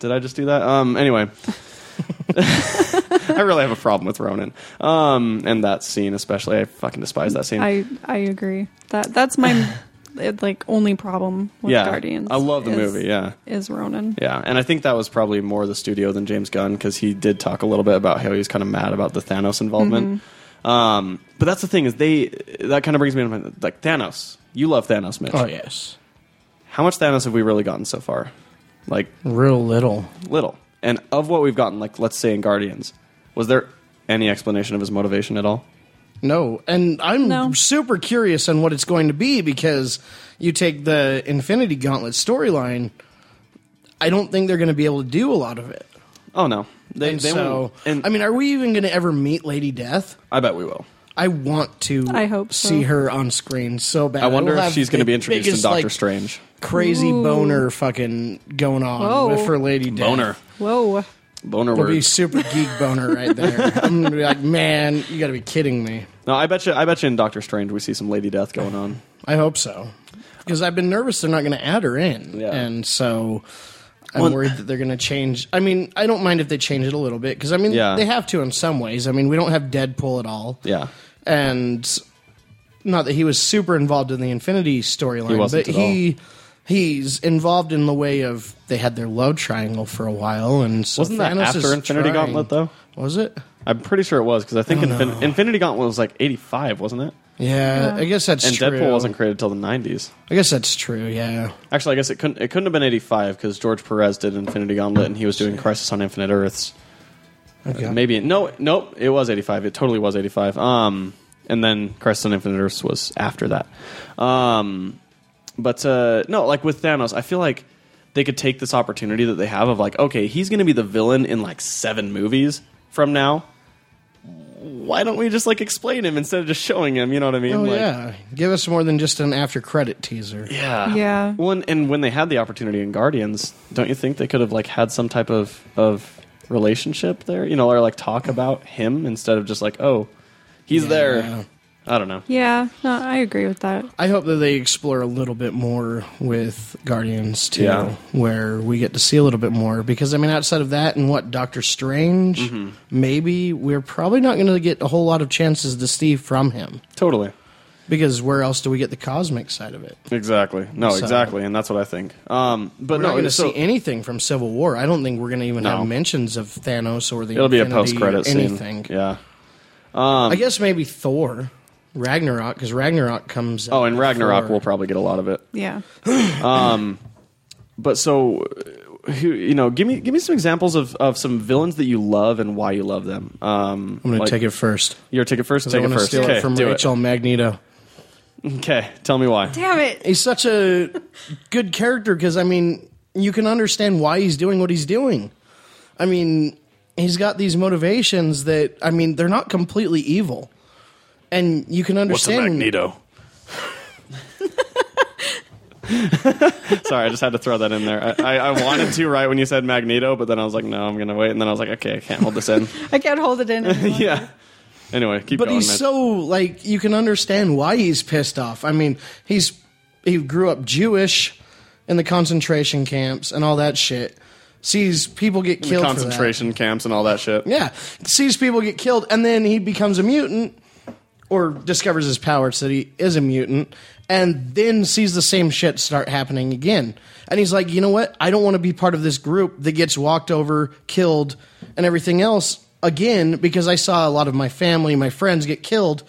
A: Did I just do that? Um, anyway. I really have a problem with Ronan. Um, and that scene especially. I fucking despise that scene.
B: I I agree. That that's my it, like only problem with
A: yeah.
B: Guardians.
A: I love the
B: is-
A: movie, yeah.
B: Is Ronan.
A: Yeah, and I think that was probably more the studio than James Gunn because he did talk a little bit about how he was kind of mad about the Thanos involvement. Um, but that's the thing is they that kind of brings me to mind, like Thanos. You love Thanos, Mitch.
C: Oh yes,
A: How much Thanos have we really gotten so far? Like
C: real little.
A: little. And of what we've gotten, like let's say in Guardians, was there any explanation of his motivation at all?
C: No, and I'm
B: No.
C: super curious on what it's going to be because you take the Infinity Gauntlet storyline. I don't think they're going to be able to do a lot of it.
A: Oh no, they,
C: And
A: they
C: so,
A: won't. And
C: I mean, are we even going to ever meet Lady Death?
A: I bet we will.
C: I want to.
B: I hope so.
C: see her on screen so bad.
A: I wonder
C: We'll
A: if
C: have
A: she's going to
C: the
A: be introduced
C: biggest,
A: in Doctor
C: like,
A: Strange.
C: Crazy
B: Ooh.
C: boner fucking going on
B: Whoa.
C: with her Lady Death.
A: Boner,
B: Whoa.
A: boner
C: It'll be
A: words.
C: super geek boner right there. I'm going to be like, man, you got to be kidding me.
A: No, I bet you. I bet you in Doctor Strange we see some Lady Death going on.
C: I hope so. Because I've been nervous they're not going to add her in.
A: Yeah.
C: And so I'm
A: Well-
C: worried that they're going to change. I mean, I don't mind if they change it a little bit because, I mean,
A: Yeah.
C: they have to in some ways. I mean, we don't have Deadpool at all.
A: Yeah.
C: And not that he was super involved in the Infinity
A: He
C: storyline,
A: wasn't
C: but
A: at all.
C: he. He's involved in the way of they had their love triangle for a while, and so
A: Wasn't that
C: Thanos
A: after
C: is
A: Infinity
C: trying-
A: Gauntlet though?
C: Was it?
A: I'm pretty sure it was because I think Infin- Infinity Gauntlet was like 85, wasn't it?
B: Yeah.
C: Yeah, I guess that's
A: And
C: true.
A: Deadpool wasn't created till the 90s.
C: I guess that's true. Yeah,
A: Actually, I guess it couldn't. It couldn't have been 85 because George Perez did Infinity Gauntlet and he was doing Crisis on Infinite Earths. Uh,
C: Okay.
A: Maybe no, nope. It was 85. It totally was 85. Um, and then Crisis on Infinite Earths was after that. Um, but uh, no, like with Thanos, I feel like they could take this opportunity that they have of like, okay, he's going to be the villain in like seven movies from now. Why don't we just like explain him instead of just showing him? You know what I mean?
C: Oh
A: like,
C: yeah, give us more than just an after credit teaser.
A: yeah.
B: Yeah.
A: Well, and, and when they had the opportunity in Guardians, don't you think they could have like had some type of of relationship there? You know, or like talk about him instead of just like, oh, he's there. I don't know.
B: Yeah. No, I agree with that.
C: I hope that they explore a little bit more with Guardians too,
A: Yeah.
C: where we get to see a little bit more. Because I mean, outside of that and what Doctor Strange,
A: Mm-hmm.
C: maybe we're probably not going to get a whole lot of chances to see from him.
A: Totally.
C: Because where else do we get the cosmic side of it?
A: Exactly. No,
C: So-
A: exactly, and that's what I think. Um, but
C: We're
A: no,
C: not going to
A: so-
C: see anything from Civil War. I don't think we're going to even
A: No.
C: have mentions of Thanos or the.
A: it'll be a
C: Infinity
A: post
C: or
A: credit scene.
C: Anything.
A: Yeah.
C: I guess maybe Thor, Ragnarok, because Ragnarok comes.
A: Oh,
C: out
A: and Ragnarok,
C: before-
A: we'll probably get a lot of it.
B: Yeah.
A: But so, uh, who- you know, give me give me some examples of, of some villains that you love and why you love them. Um,
C: I'm going
A: like-
C: to take it first.
A: Your take it first.
C: I
A: Take it
C: want to
A: first.
C: steal
A: okay,
C: it from
A: do
C: Rachel Magneto.
A: it. Okay, tell me why.
B: Damn it.
C: He's such a good character because I mean, you can understand why he's doing what he's doing. I mean, he's got these motivations that I mean, they're not completely evil, and you can understand.
A: Sorry, I just had to throw that in there. I, I, I wanted to right when you said Magneto, but then I was like, no, I'm gonna wait. And then I was like, okay, I can't hold this in.
B: I can't hold it in. anymore.
A: yeah. Anyway, keep
C: But
A: going.
C: he's
A: man.
C: so like you can understand why he's pissed off. I mean, he's he grew up Jewish in the concentration camps and all that shit. Sees people get
A: The
C: killed. for that.
A: concentration camps and all that shit.
C: Yeah, sees people get killed, and then he becomes a mutant, or discovers his powers that he is a mutant, and then sees the same shit start happening again. And he's like, you know what? I don't want to be part of this group that gets walked over, killed, and everything else again because I saw a lot of my family, my friends get killed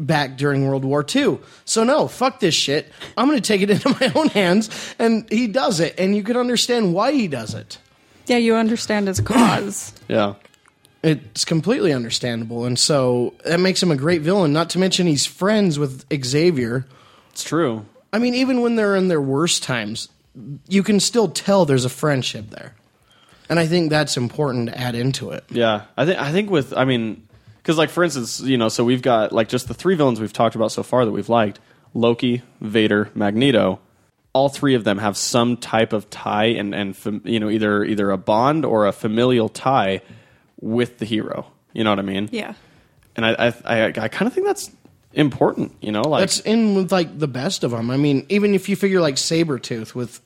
C: back during World War II. So no, fuck this shit. I'm going to take it into my own hands and he does it and you can understand why he does it.
B: Yeah, you understand his cause.
A: Yeah.
C: It's completely understandable and so that makes him a great villain, not to mention he's friends with Xavier.
A: It's true.
C: I mean even when they're in their worst times, you can still tell there's a friendship there. And I think that's important to add into it.
A: Yeah, I think I think with I mean, because like for instance, you know, so we've got like just the three villains we've talked about so far that we've liked: Loki, Vader, Magneto. All three of them have some type of tie, and and fam- you know either either a bond or a familial tie with the hero. You know what I mean?
B: yeah.
A: And I I I, I kind of think that's important. You know, like
C: That's in with like the best of them. I mean, even if you figure like Sabretooth with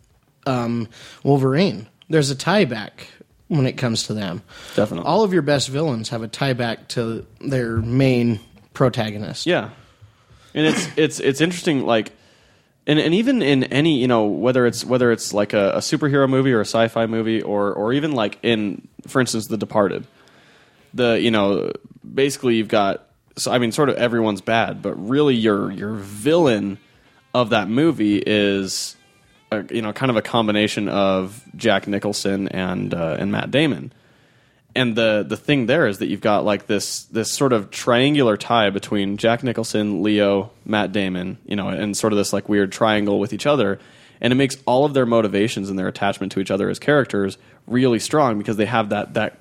C: um, Wolverine, there's a tie back when it comes to them.
A: Definitely.
C: All of your best villains have a tie back to their main protagonist.
A: Yeah, and it's it's it's interesting. Like, and and even in any you know whether it's whether it's like a, a superhero movie or a sci-fi movie or or even like in for instance The Departed, the you know basically you've got so I mean sort of everyone's bad, but really your your villain of that movie is. A, you know, kind of a combination of Jack Nicholson and uh, and Matt Damon and the the thing there is that you've got like this this sort of triangular tie between Jack Nicholson, Leo, Matt Damon, you know, and sort of this like weird triangle with each other, and it makes all of their motivations and their attachment to each other as characters really strong because they have that that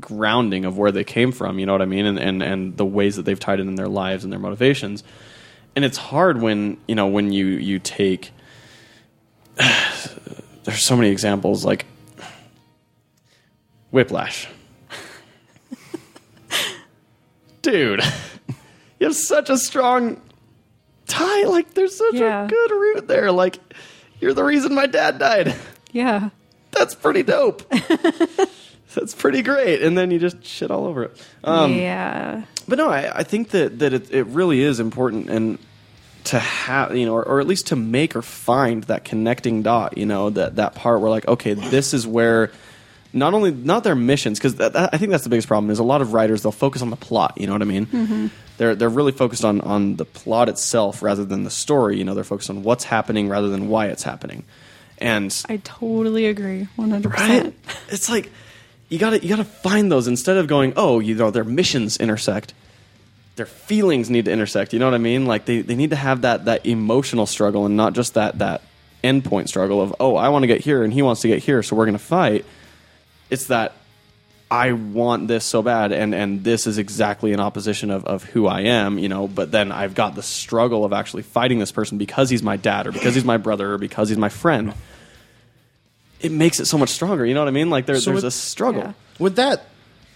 A: grounding of where they came from, you know what I mean, and and and the ways that they've tied it in their lives and their motivations, and it's hard when you know when you you take. There's so many examples like Whiplash dude, you have such a strong tie. Like, there's such
B: Yeah.
A: a good root there. Like, you're the reason my dad died.
B: Yeah.
A: That's pretty dope. That's pretty great. And then you just shit all over it. Um,
B: yeah.
A: But no, I, I think that, that it, it really is important and to have, you know, or, or at least to make or find that connecting dot, you know, that, that part where, like, okay, this is where not only not their missions because that, that- I think that's the biggest problem is a lot of writers they'll focus on the plot. You know what I mean? They're they're really focused on on the plot itself rather than the story. You know, they're focused on what's happening rather than why it's happening. And
B: I totally agree. 100%.
A: right? It's like you gotta you gotta find those instead of going, oh, you know, their missions intersect. Their feelings need to intersect. You know what I mean? Like they, they need to have that that emotional struggle and not just that that endpoint struggle of oh I want to get here and he wants to get here so we're gonna fight. It's that I want this so bad and and this is exactly an opposition of of who I am. You know, but then I've got the struggle of actually fighting this person because he's my dad or because he's my brother or because he's my friend it makes it so much stronger. You know what I mean? Like there,
C: So
A: there's
C: it-
A: a struggle.
B: Yeah.
C: With that,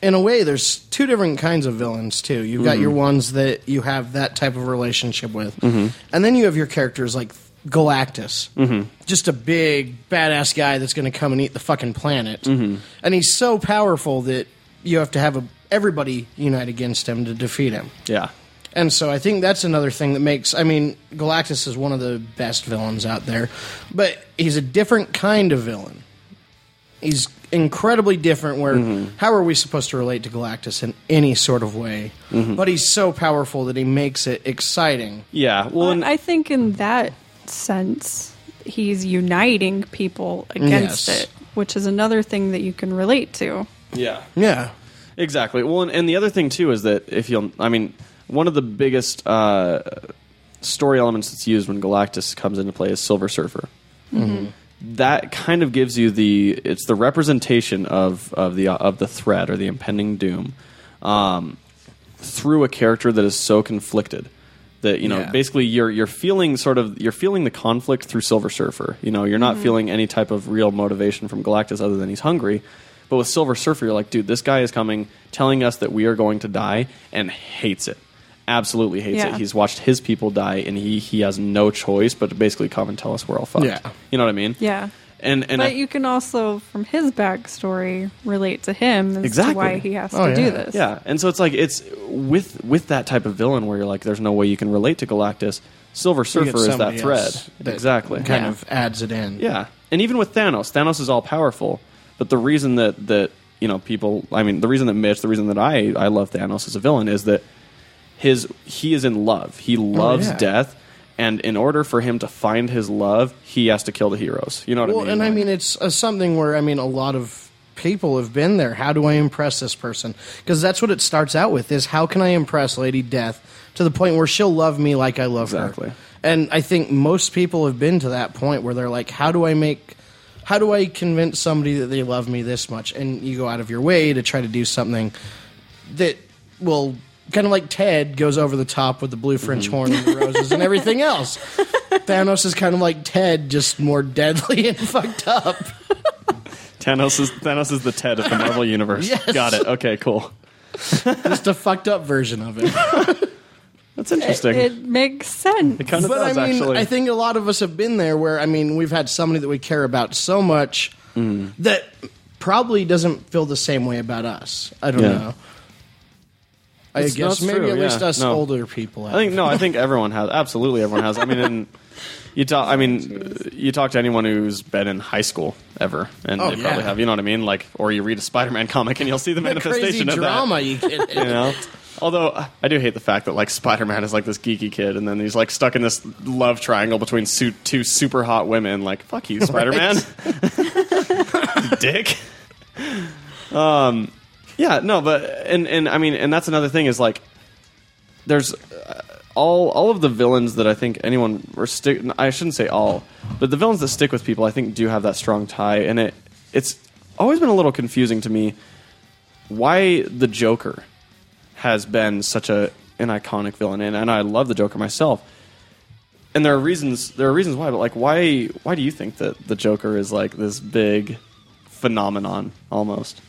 C: in a way, there's two different kinds of villains too. You've got your ones that you have that type of relationship with, and then you have your characters like Galactus, mm-hmm. just a big badass guy that's going to come and eat the fucking planet, and he's so powerful that you have to have a, everybody unite against him to defeat him.
A: Yeah.
C: And so I think that's another thing that makes. I mean, Galactus is one of the best villains out there, but he's a different kind of villain. He's incredibly different. Where
A: Mm-hmm.
C: how are we supposed to relate to Galactus in any sort of way?
A: Mm-hmm.
C: But he's so powerful that he makes it exciting.
A: Yeah. Well, and,
B: I I think in that sense, he's uniting people against
C: Yes.
B: it, which is another thing that you can relate to.
A: yeah.
C: Yeah,
A: Exactly. Well, and, and the other thing too is that if you'll, I mean, one of the biggest uh, story elements that's used when Galactus comes into play is Silver Surfer. That kind of gives you the it's the representation of of the of the threat or the impending doom um, through a character that is so conflicted that you know
C: Yeah.
A: basically you're you're feeling sort of you're feeling the conflict through Silver Surfer. You know, you're not feeling any type of real motivation from Galactus other than he's hungry. But with Silver Surfer, you're like, dude, this guy is coming, telling us that we are going to die, and hates it. Absolutely hates it.
B: Yeah.
A: He's watched his people die, and he he has no choice but to basically come and tell us we're all fucked.
C: Yeah.
A: You know what I mean?
B: Yeah.
A: And and I-
B: But you can also, from his backstory, relate to him as
A: Exactly.
B: to why he has
C: Oh,
B: to
C: yeah.
B: do this.
A: Yeah, and so it's like it's with with that type of villain where you're like, there's no way you can relate to Galactus. Silver Surfer is that
C: somebody
A: thread,
C: else that
A: exactly.
C: Kind
B: Yeah.
C: of adds it in.
A: Yeah, and even with Thanos, Thanos is all powerful, but the reason that that you know people, I mean, the reason that Mitch, the reason that I I love Thanos as a villain is that his he is in love. He loves
C: Oh, yeah.
A: death. And in order for him to find his love, he has to kill the heroes. You know what
C: Well,
A: I mean?
C: and I
A: Like-
C: mean, it's uh, something where I mean, a lot of people have been there. How do I impress this person? Because that's what it starts out with: is how can I impress Lady Death to the point where she'll love me like I love
A: Exactly.
C: her. And I think most people have been to that point where they're like, how do I make, how do I convince somebody that they love me this much? And you go out of your way to try to do something that will. Kind of like Ted goes over the top with the blue French horn and the roses and everything else. Thanos is kind of like Ted, just more deadly and fucked up.
A: Thanos is Thanos is the Ted of the Marvel universe.
C: Yes.
A: Got it. Okay, cool.
C: Just a fucked up version of it.
A: That's interesting. It,
B: It makes sense.
A: kind of
C: But I
A: does
C: mean,
A: actually.
C: I think a lot of us have been there where, I mean, we've had somebody that we care about so much
A: Mm.
C: that probably doesn't feel the same way about us. I don't
A: Yeah.
C: know. I
A: That's-
C: guess
A: that's
C: maybe
A: true,
C: at least
A: yeah.
C: us
A: No.
C: older people.
A: I think no. I think everyone has. Absolutely, everyone has. I mean, and you talk. I mean, you talk to anyone who's been in high school ever, and
C: Oh,
A: they
C: yeah.
A: probably have. You know what I mean? Like, or you read a Spider-Man comic, and you'll see the,
C: the crazy
A: manifestation of
C: drama you get.
A: that. You know. Although I do hate the fact that like Spider-Man is like this geeky kid, and then he's like stuck in this love triangle between su- two super hot women. Like, fuck you, Spider-Man, dick. Um, Yeah, no, but and and I mean, and that's another thing is like, there's uh, all all of the villains that I think anyone or stick. I shouldn't say all, but the villains that stick with people, I think, do have that strong tie, and it it's always been a little confusing to me why the Joker has been such a an iconic villain, and, and I love the Joker myself. And there are reasons there are reasons why, but like why why do you think that the Joker is like this big phenomenon almost?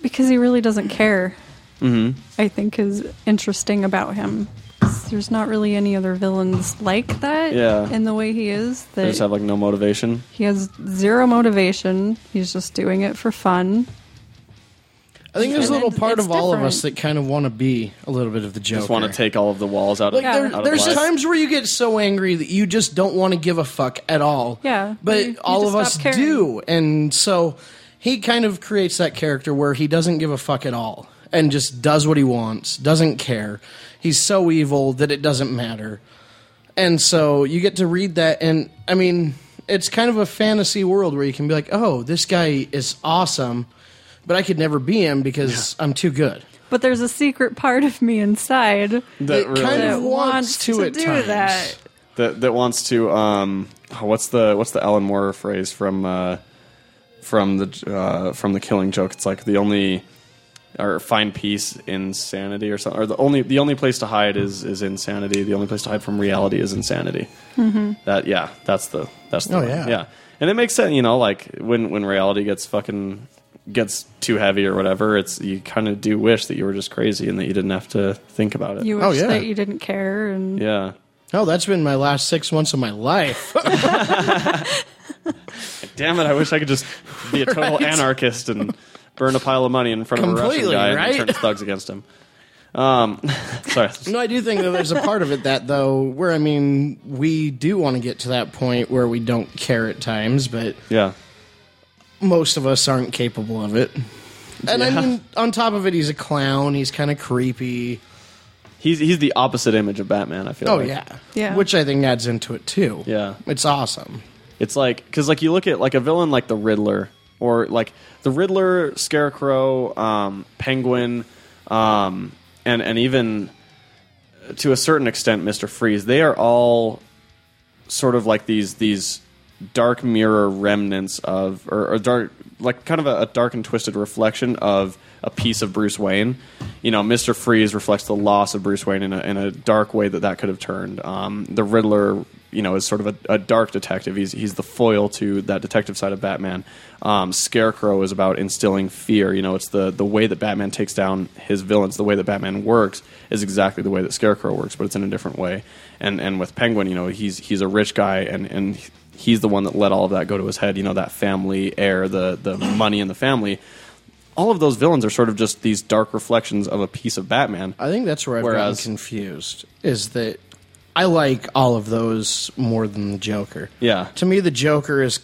B: because he really doesn't care.
A: Mm-hmm.
B: I think is interesting about him. 'Cause There's not really any other villains like that
A: Yeah.
B: in the way he is.
A: They just
B: That
A: have like no motivation.
B: he has zero motivation. He's just doing it for fun.
C: I think there's a
B: And
C: little
B: it's-
C: part
B: it's
C: of all of
B: different.
C: us that kind of want to be a little bit of the Joker.
A: Just want to take all of the walls out of,
C: Like
B: Yeah.
A: out
C: there,
A: of
C: there's
A: life.
C: times where you get so angry that you just don't want to give a fuck at all.
B: Yeah,
C: but
B: you- you
C: all
B: just
C: of us
B: stop caring.
C: do, and so he kind of creates that character where he doesn't give a fuck at all and just does what he wants, doesn't care. He's so evil that it doesn't matter, and so you get to read that, and I mean, it's kind of a fantasy world where you can be like, oh, this guy is awesome, but I could never be him because I'm too good.
B: But there's a secret part of me inside
A: that,
C: it
A: really,
C: kind
B: that
C: of wants to at
B: do
C: times.
B: that.
A: that that wants to um oh, what's the what's the Alan Moore phrase from uh from the uh from the Killing Joke? It's like the only or find peace in sanity or something or the only the only place to hide is is insanity. The only place to hide from reality is insanity. That yeah, that's the that's the
C: Oh,
A: one.
C: yeah.
A: yeah. And it makes sense, you know, like when when reality gets fucking gets too heavy or whatever, it's you kind of do wish that you were just crazy and that you didn't have to think about it.
B: You wish
C: Oh, yeah.
B: that you didn't care, and
A: yeah.
C: Oh, that's been my last six months of my life.
A: Damn it! I wish I could just be a total anarchist and burn a pile of money in front of
C: Completely,
A: a Russian guy
C: right?
A: and turn thugs against him. Um, sorry.
C: No, I do think that there's a part of it that though, where I mean, we do want to get to that point where we don't care at times, but
A: Yeah,
C: most of us aren't capable of it. And
A: Yeah.
C: I mean, on top of it, he's a clown. He's kind of creepy.
A: he's he's the opposite image of Batman. I feel.
C: Oh
A: like.
C: yeah,
B: Yeah.
C: Which I think adds into it too.
A: Yeah.
C: it's awesome.
A: It's like because like you look at like a villain like the Riddler or like the Riddler, Scarecrow, um, Penguin, um, and and even uh, to a certain extent Mister Freeze. They are all sort of like these these dark mirror remnants of or, or dark like kind of a, a dark and twisted reflection of a piece of Bruce Wayne. You know, Mister Freeze reflects the loss of Bruce Wayne in a, in a dark way that that could have turned. Um, the Riddler you know is sort of a, a dark detective. He's he's the foil to that detective side of Batman. Um, Scarecrow is about instilling fear. You know, it's the the way that Batman takes down his villains. The way that Batman works is exactly the way that Scarecrow works, but it's in a different way. And and with Penguin, you know, he's he's a rich guy, and and he's the one that let all of that go to his head. You know, that family heir, the the money in the family. All of those villains are sort of just these dark reflections of a piece of Batman.
C: I think that's where I've
A: Whereas-
C: gotten confused. Is that I like all of those more than the Joker.
A: Yeah.
C: To me, the Joker is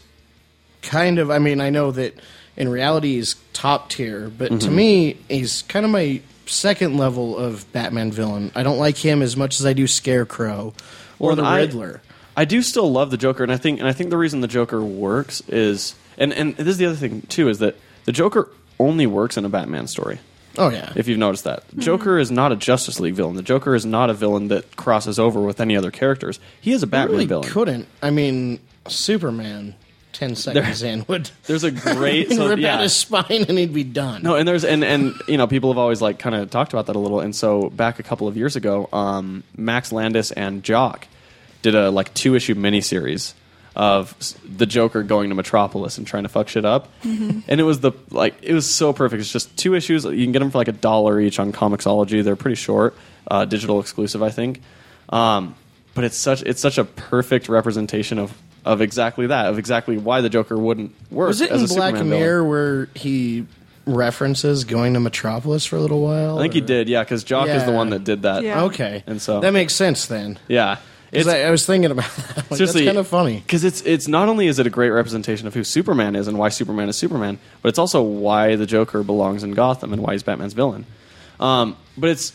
C: kind of. I mean, I know that in reality he's top tier, but to
A: Mm-hmm.
C: me, he's kind of my second level of Batman villain. I don't like him as much as I do Scarecrow or
A: Well,
C: the
A: I-
C: Riddler.
A: I do still love the Joker, and I think and I think the reason the Joker works is and and this is the other thing too is that the Joker only works in a Batman story.
C: Oh yeah.
A: If you've noticed that,
C: Hmm.
A: Joker is not a Justice League villain. The Joker is not a villain that crosses over with any other characters. He is a
C: I
A: Batman
C: really
A: villain.
C: couldn't. I mean, Superman. Ten seconds in would
A: There's a great so,
C: rip
A: yeah.
C: out his spine and he'd be done.
A: No, and there's and and you know people have always like kind of talked about that a little. And so back a couple of years ago, um, Max Landis and Jock did a like two issue miniseries of s- the Joker going to Metropolis and trying to fuck shit up. And it was the like it was so perfect. It's just two issues. You can get them for like a dollar each on Comixology. They're pretty short, uh, digital exclusive, I think. Um, but it's such it's such a perfect representation of of exactly that of exactly why the Joker wouldn't work.
C: Was it
A: as
C: in
A: a
C: Black
A: Superman villain.
C: Mirror where he references going to Metropolis for a little while?
A: I think he did, yeah, because Jock is the
C: Yeah.
A: one that did that.
B: Yeah.
C: Okay,
A: And so-
C: that makes sense then.
A: Yeah.
C: 'Cause
A: It's
C: I, I was thinking about that. Like, that's
A: seriously
C: kind of funny.
A: Because it's it's not only is it a great representation of who Superman is and why Superman is Superman, but it's also why the Joker belongs in Gotham and why he's Batman's villain. Um, but it's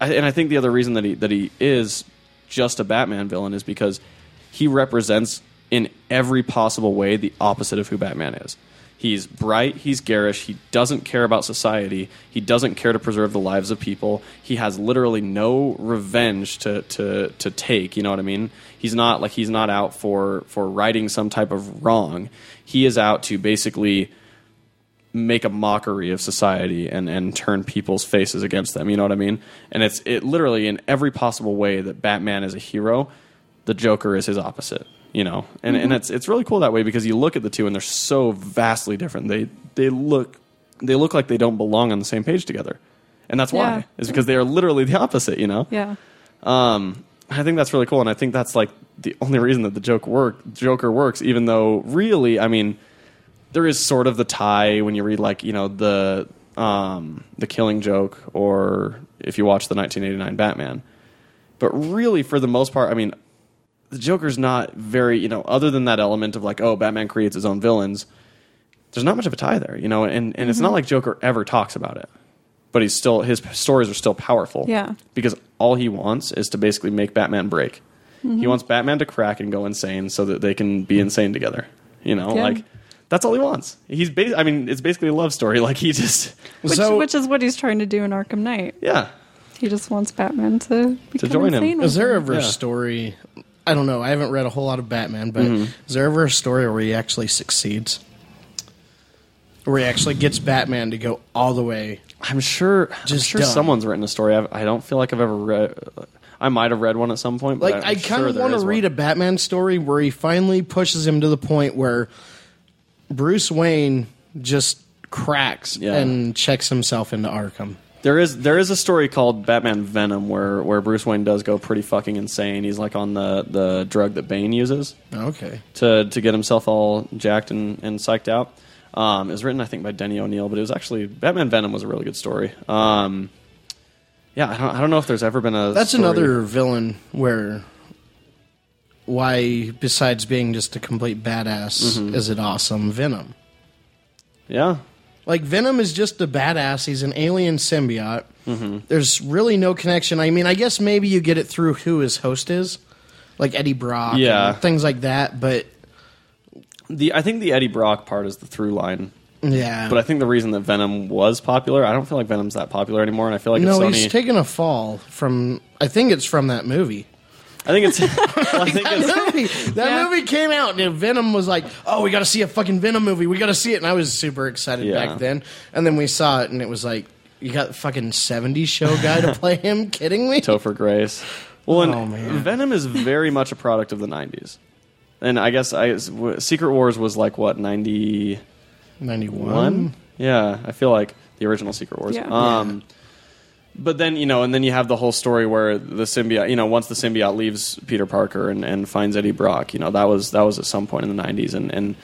A: I- and I think the other reason that he that he is just a Batman villain is because he represents in every possible way the opposite of who Batman is. He's bright, he's garish, he doesn't care about society, he doesn't care to preserve the lives of people. He has literally no revenge to to to take, you know what I mean? He's not like he's not out for for righting some type of wrong. He is out to basically make a mockery of society and and turn people's faces against them. You know what I mean? And it's it literally in every possible way that Batman is a hero, the Joker is his opposite. You know, and and it's it's really cool that way because you look at the two and they're so vastly different. They they look they look like they don't belong on the same page together, and that's
B: Yeah.
A: why is because they are literally the opposite. You know,
B: Yeah.
A: um, I think that's really cool, and I think that's like the only reason that the joke work Joker works, even though really, I mean, there is sort of the tie when you read like you know the um, the Killing Joke, or if you watch the 1989 Batman. But really, for the most part, I mean, the Joker's not very you know other than that element of like oh Batman creates his own villains. There's not much of a tie there, you know, and and it's not like Joker ever talks about it, but he's still his stories are still powerful
B: Yeah.
A: because all he wants is to basically make Batman break. He wants Batman to crack and go insane so that they can be insane together. You know,
B: Yeah.
A: like that's all he wants. He's ba- I mean, it's basically a love story. Like he just
B: Which,
C: so,
B: which is what he's trying to do in Arkham Knight.
A: yeah.
B: He just wants Batman to become
A: join him.
B: insane with
C: is there ever
A: Yeah.
C: a story? I don't know. I haven't read a whole lot of Batman, but
A: Mm-hmm.
C: is there ever a story where he actually succeeds? Where he actually gets Batman to go all the way?
A: I'm sure I'm
C: Just
A: sure
C: done.
A: someone's written a story. I've, I don't feel like I've ever read I might have read one at some point, but
C: Like
A: I'm
C: I kind
A: sure
C: of
A: there
C: want
A: is
C: to read
A: one.
C: a Batman story where he finally pushes him to the point where Bruce Wayne just cracks
A: Yeah.
C: and checks himself into Arkham.
A: There is there is a story called Batman Venom where where Bruce Wayne does go pretty fucking insane. He's like on the the drug that Bane uses.
C: Okay.
A: to to get himself all jacked and, and psyched out. Um, it was written, I think, by Denny O'Neil, but it was actually Batman Venom was a really good story. Um, yeah, I don't, I don't know if there's ever been a.
C: That's
A: story-
C: another villain where why besides being just a complete badass
A: Mm-hmm.
C: is it awesome Venom.
A: Yeah,
C: Like Venom is just a badass. He's an alien symbiote.
A: Mm-hmm.
C: There's really no connection. I mean, I guess maybe you get it through who his host is, like Eddie Brock, and
A: Yeah.
C: things like that. But
A: the I think the Eddie Brock part is the through line,
C: yeah,
A: but I think the reason that Venom was popular, I don't feel like Venom's that popular anymore, and I feel like
C: no,
A: if Sony,
C: he's taken a fall from. I think it's from that movie.
A: I think it's, I think it's
C: That movie, that
B: Yeah.
C: movie came out and Venom was like, "Oh, we got to see a fucking Venom movie. We got to see it." And I was super excited
A: Yeah.
C: back then. And then we saw it, and it was like, "You got the fucking '70s show guy to play him? Kidding me?"
A: Topher Grace. Well, and
C: Oh, man.
A: Venom is very much a product of the '90s, and I guess I Secret Wars was like what '91.
C: 91.
A: Yeah, I feel like the original Secret Wars.
B: Yeah.
A: Um, But then you know, and then you have the whole story where the symbiote. You know, once the symbiote leaves Peter Parker and, and finds Eddie Brock, you know that was that was at some point in the '90s, and and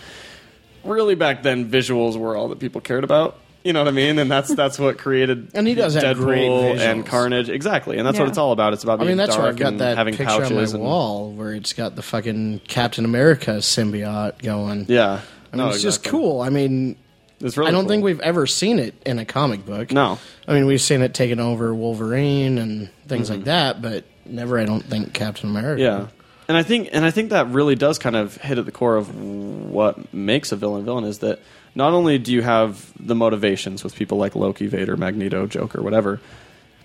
A: really back then visuals were all that people cared about. You know what I mean? And that's that's what created
C: And he does have great
A: Deadpool and
C: visuals.
A: Carnage. Exactly, and that's what
B: Yeah.
A: it's all about. It's about
C: I
A: being
C: mean, that's
A: dark
C: where I've got
A: and
C: that
A: having
C: picture on my
A: pouches and
C: wall where it's got the fucking Captain America symbiote going.
A: yeah.
C: I mean,
A: no,
C: it's just
A: exactly.
C: cool. I mean,
A: It's really
C: I don't
A: cool.
C: think we've ever seen it in a comic book.
A: No.
C: I mean, we've seen it taken over Wolverine and things like that, but never, I don't think, Captain America.
A: Mm-hmm. Yeah, and I think and I think that really does kind of hit at the core of what makes a villain a villain is that not only do you have the motivations with people like Loki, Vader, Magneto, Joker, whatever,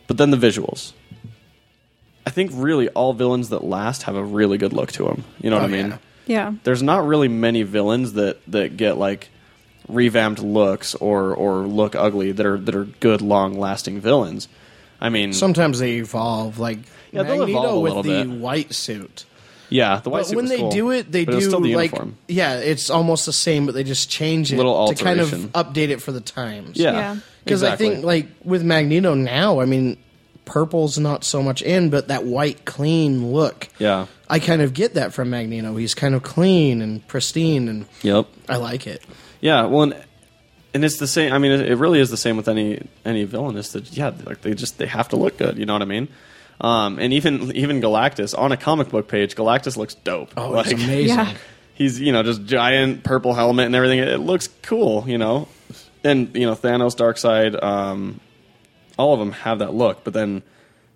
A: but then the visuals. I think really all villains that last have a really good look to them. You know what
C: Oh,
A: I mean?
C: yeah.
B: Yeah.
A: There's not really many villains that that get like revamped looks or or look ugly that are that are good long lasting villains. I mean,
C: Sometimes they evolve, like
A: Yeah, they'll
C: Magneto
A: evolve a
C: with
A: little
C: the
A: bit.
C: white suit.
A: yeah, the white
C: But
A: suit
C: when
A: was
C: they
A: cool,
C: do it, they
A: but
C: do
A: was still the
C: like
A: uniform.
C: yeah, it's almost the same, but they just change it
A: Little
C: to kind of
A: alteration.
C: update it for the times.
A: Yeah,
B: Yeah.
C: because
A: exactly.
C: I think like with Magneto now, I mean, purple's not so much in, but that white clean look.
A: yeah,
C: I kind of get that from Magneto. He's kind of clean and pristine, and
A: yep,
C: I like it.
A: yeah. Well, and, and it's the same. I mean, it, it really is the same with any any villain. Is that yeah, like they just they have to look good. You know what I mean? Um, and even even Galactus on a comic book page, Galactus looks dope.
C: Oh,
A: like,
C: it's amazing.
B: Yeah.
A: he's you know just giant purple helmet and everything. It, it looks cool, you know. And you know Thanos, Darkseid, um, all of them have that look. But then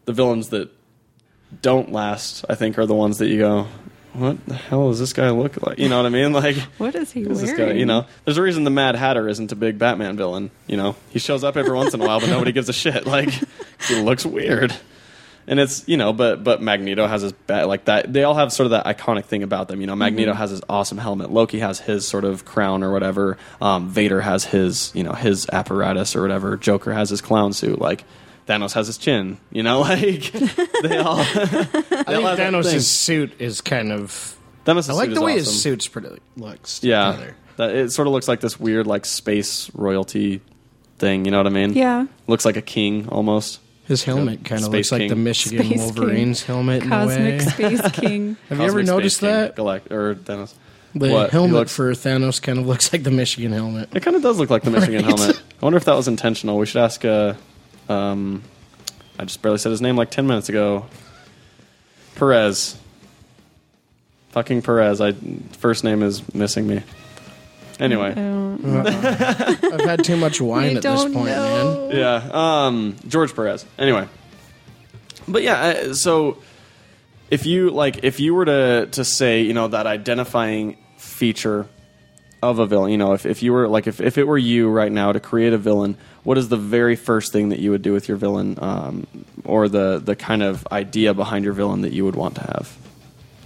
A: the villains that don't last, I think, are the ones that you go, "What the hell does this guy look like?" You know what I mean? Like,
B: What is he
A: who's this
B: wearing?
A: guy? You know, there's a reason the Mad Hatter isn't a big Batman villain. You know, he shows up every once in a while, but nobody gives a shit. Like, he looks weird. And it's you know, but but Magneto has his bat like that. They all have sort of that iconic thing about them. You know, Magneto has his awesome helmet. Loki has his sort of crown or whatever. Um, Vader has his you know his apparatus or whatever. Joker has his clown suit. Like Thanos has his chin. You know, like they all. I
C: I think Thanos' suit is kind of.
A: Thanos'
C: I like
A: suit is
C: the way
A: awesome.
C: his suit's pretty looks.
A: Yeah,
C: together.
A: that, it sort of looks like this weird like space royalty thing. You know what I mean?
B: Yeah.
A: looks like a king almost.
C: his helmet kind of
A: Space
C: looks like the
A: King.
C: Michigan
B: Space
C: Wolverines
B: King.
C: helmet. in a way.
B: Cosmic Space King.
C: Have you ever
A: Cosmic Space
C: noticed
A: King,
C: that?
A: Galact- or Thanos?
C: The
A: What? He
C: helmet
A: looks-
C: for Thanos kind of looks like the Michigan helmet.
A: It kind of does look like the Michigan
C: Right.
A: helmet. I wonder if that was intentional. We should ask. Uh, um, I just barely said his name like ten minutes ago. Perez. Fucking Perez. I first name is missing me. Anyway.
B: I don't,
C: I've had too much wine
B: I
C: at this
B: don't
C: point, man.
B: know.
A: Yeah. Um, George Perez. Anyway. But yeah, I- so if you like, if you were to to say, you know, that identifying feature of a villain, you know, if, if you were like, if, if it were you right now to create a villain, what is the very first thing that you would do with your villain, um, or the the kind of idea behind your villain that you would want to have?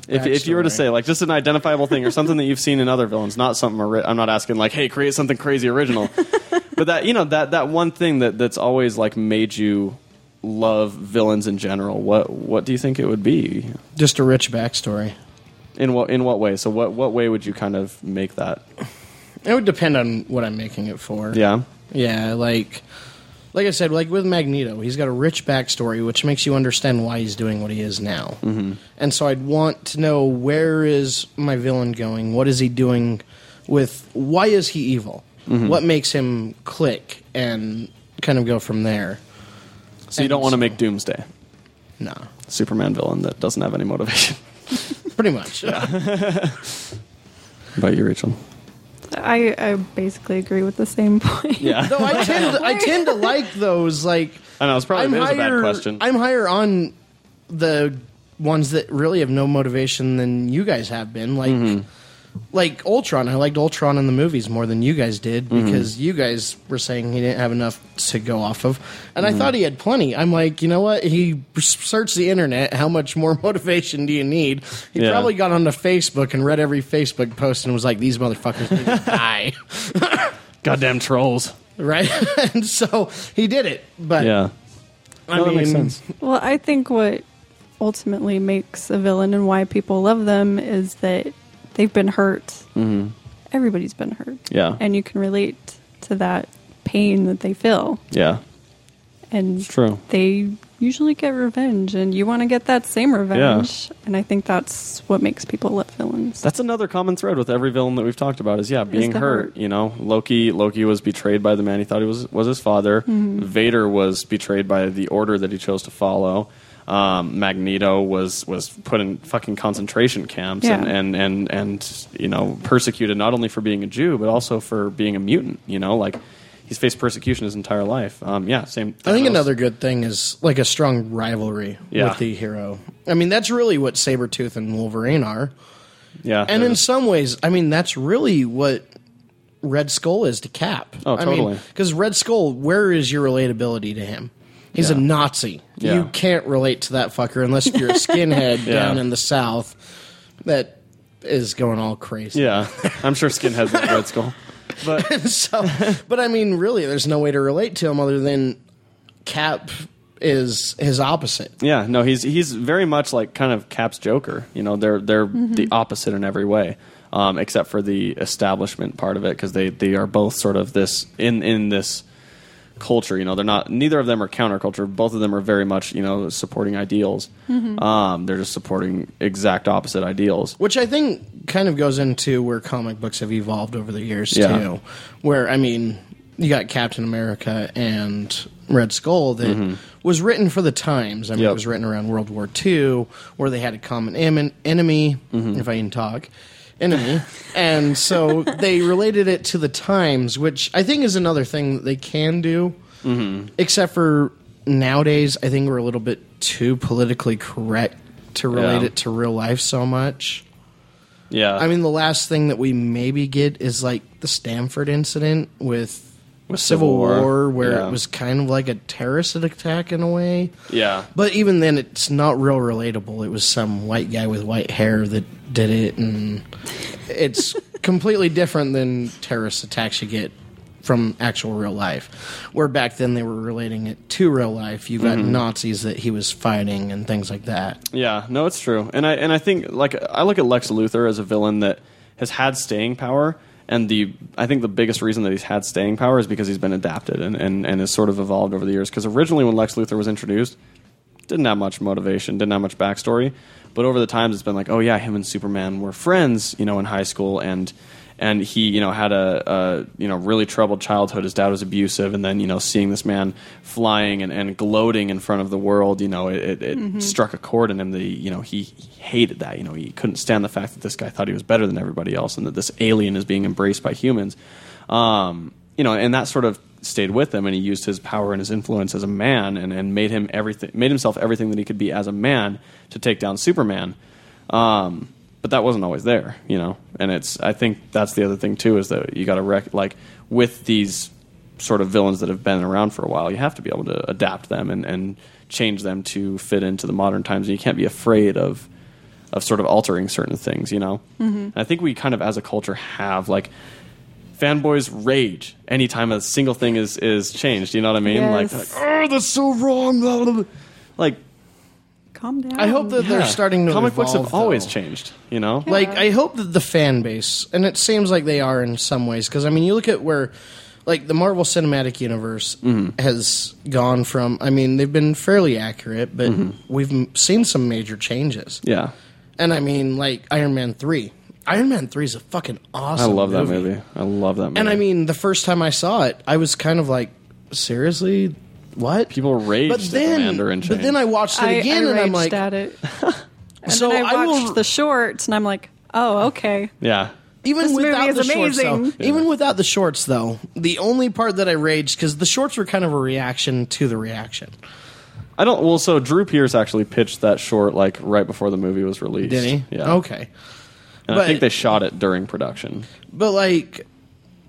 A: If, if you were to
C: Backstory.
A: say like just an identifiable thing or something that you've seen in other villains, not something ori- I'm not asking like, hey, create something crazy original, but that you know that that one thing that that's always like made you love villains in general. What what do you think it would be?
C: Just a rich backstory.
A: In what in what way? So what what way would you kind of make that?
C: It would depend on what I'm making it for.
A: Yeah,
C: Yeah, like like I said, like with Magneto, he's got a rich backstory, which makes you understand why he's doing what he is now. Mm-hmm. And so I'd want to know where is my villain going? What is he doing with? Why is he evil? What makes him click and kind of go from there?
A: so you don't
C: And
A: want to
C: so-
A: make Doomsday
C: No,
A: Superman villain that doesn't have any motivation.
C: pretty much.
A: What about you, Rachel?
B: I, I basically agree with the same point.
A: Yeah,
C: No, I tend to, I tend to like those. Like
A: I know it's probably
C: I'm
A: it was a bad
C: higher.
A: question.
C: I'm higher on the ones that really have no motivation than you guys have been. Like
A: Mm-hmm.
C: like Ultron. I liked Ultron in the movies more than you guys did
A: Mm-hmm.
C: because you guys were saying he didn't have enough to go off of, and
A: Mm-hmm.
C: I thought he had plenty. I'm like, you know what? He searched the internet. How much more motivation do you need? He
A: Yeah.
C: probably got onto Facebook and read every Facebook post and was like, these motherfuckers need to die.
A: Goddamn trolls.
C: right? and so he did it. But
A: Yeah,
C: I
A: No, that
C: mean,
A: makes sense.
B: Well, I think what ultimately makes a villain and why people love them is that they've been hurt.
C: Mm-hmm.
B: Everybody's been hurt.
A: Yeah.
B: And you can relate to that pain that they feel.
A: yeah.
B: And
A: It's true.
B: they usually get revenge, and you want to get that same revenge. And I think that's what makes people love villains.
A: That's another common thread with every villain that we've talked about is yeah, being
B: the
A: hurt.
B: hurt.
A: You know, Loki Loki was betrayed by the man he thought he was was his father. Vader was betrayed by the order that he chose to follow. Um, Magneto was was put in fucking concentration camps and,
B: Yeah.
A: and and and you know persecuted not only for being a Jew but also for being a mutant. You know, like he's faced persecution his entire life. Um, yeah, same.
C: I think
A: Thanos.
C: another good thing is like a strong rivalry
A: Yeah.
C: with the hero. I mean, that's really what Sabretooth and Wolverine are.
A: yeah,
C: And
A: there
C: in
A: is.
C: some ways, I mean, that's really what Red Skull is to Cap.
A: Oh, totally.
C: Because Red Skull, where is your relatability to him? He's a
A: Yeah.
C: Nazi.
A: Yeah.
C: You can't relate to that fucker unless you're a skinhead
A: Yeah.
C: down in the South that is going all crazy.
A: yeah, I'm sure skinheads like Red Skull, but
C: so, but I mean, really, there's no way to relate to him other than Cap is his opposite.
A: Yeah, no, he's he's very much like kind of Cap's Joker. You know, they're they're the opposite in every way, um, except for the establishment part of it because they they are both sort of this in in this culture. You know, they're not neither of them are counterculture. Both of them are very much you know supporting ideals. Um, they're just supporting exact opposite ideals.
C: Which I think kind of goes into where comic books have evolved over the years
A: Yeah.
C: too. Where I mean, you got Captain America and Red Skull that was written for the times. I
A: Mm-hmm.
C: mean,
A: Yep.
C: it was written around World War II, where they had a common em- enemy,
A: Mm-hmm.
C: if I can talk, enemy, and so they related it to the times, which I think is another thing that they can do.
A: Mm-hmm.
C: Except for nowadays, I think we're a little bit too politically correct to relate
A: Yeah.
C: it to real life so much.
A: Yeah,
C: I mean, the last thing that we maybe get is like the Stanford incident with,
A: With
C: Civil
A: Civil War,
C: War, where
A: yeah.
C: it was kind of like a terrorist attack in a way.
A: yeah,
C: But even then, it's not real relatable. It was some white guy with white hair that did it, and it's completely different than terrorist attacks you get from actual real life. Where back then they were relating it to real life. You
A: Mm-hmm.
C: got Nazis that he was fighting and things like that.
A: Yeah, no, it's true, and I and I think like I look at Lex Luthor as a villain that has had staying power, and the I think the biggest reason that he's had staying power is because he's been adapted and and, and has sort of evolved over the years. Because originally, when Lex Luthor was introduced, didn't have much motivation, didn't have much backstory, but over the times, it's been like, oh yeah, him and Superman were friends, you know, in high school, and and he you know had a, a you know really troubled childhood. His dad was abusive, and then you know seeing this man flying and, and gloating in front of the world, you know, it, it, it struck a chord in him. The you know he, he hated that. You know, he couldn't stand the fact that this guy thought he was better than everybody else, and that this alien is being embraced by humans. Um, you know, and that sort of stayed with him, and he used his power and his influence as a man, and, and made him everything, made himself everything that he could be as a man to take down Superman um, but that wasn't always there, you know. And it's I think that's the other thing too is that you got to rec- like with these sort of villains that have been around for a while, you have to be able to adapt them and, and change them to fit into the modern times, and you can't be afraid of of sort of altering certain things, you know. And I think we kind of as a culture have like fanboys rage anytime a single thing is is changed. You know what I mean? Like,
B: Yes.
A: like, oh, that's so wrong. blah, blah, blah." Like,
B: Calm down.
C: I hope that they're
A: yeah.
C: starting to
A: comic books
C: evolve,
A: have always
C: though.
A: changed. You know,
C: Like, I hope that the fan base, and it seems like they are in some ways, because I mean, you look at where, like, the Marvel Cinematic Universe
A: Mm-hmm.
C: has gone from. I mean, they've been fairly accurate, but we've m- seen some major changes.
A: Mm-hmm. yeah.
C: And I mean, like Iron Man three. Iron Man three is a fucking
A: I
C: awesome.
A: love that movie. I love that movie.
C: And I mean, the first time I saw it, I was kind of like, seriously, what?
A: people raged
C: but
A: at the
C: then,
A: Mandarin
C: but then I watched it
B: I,
C: again,
B: I
C: and I'm
B: raged
C: like,
B: at it. and
C: so
B: then I
C: I
B: watched
C: will-
B: the shorts, and I'm like, oh, okay.
A: yeah,
C: Even
B: This movie
C: without
B: is
C: the shorts, though,
B: amazing.
C: even without the shorts, though, the only part that I raged because the shorts were kind of a reaction to the reaction.
A: I don't. Well, so Drew Pierce actually pitched that short like right before the movie was released.
C: Did he?
A: Yeah.
C: Okay.
A: And I
C: but-
A: think they shot it during production.
C: But like,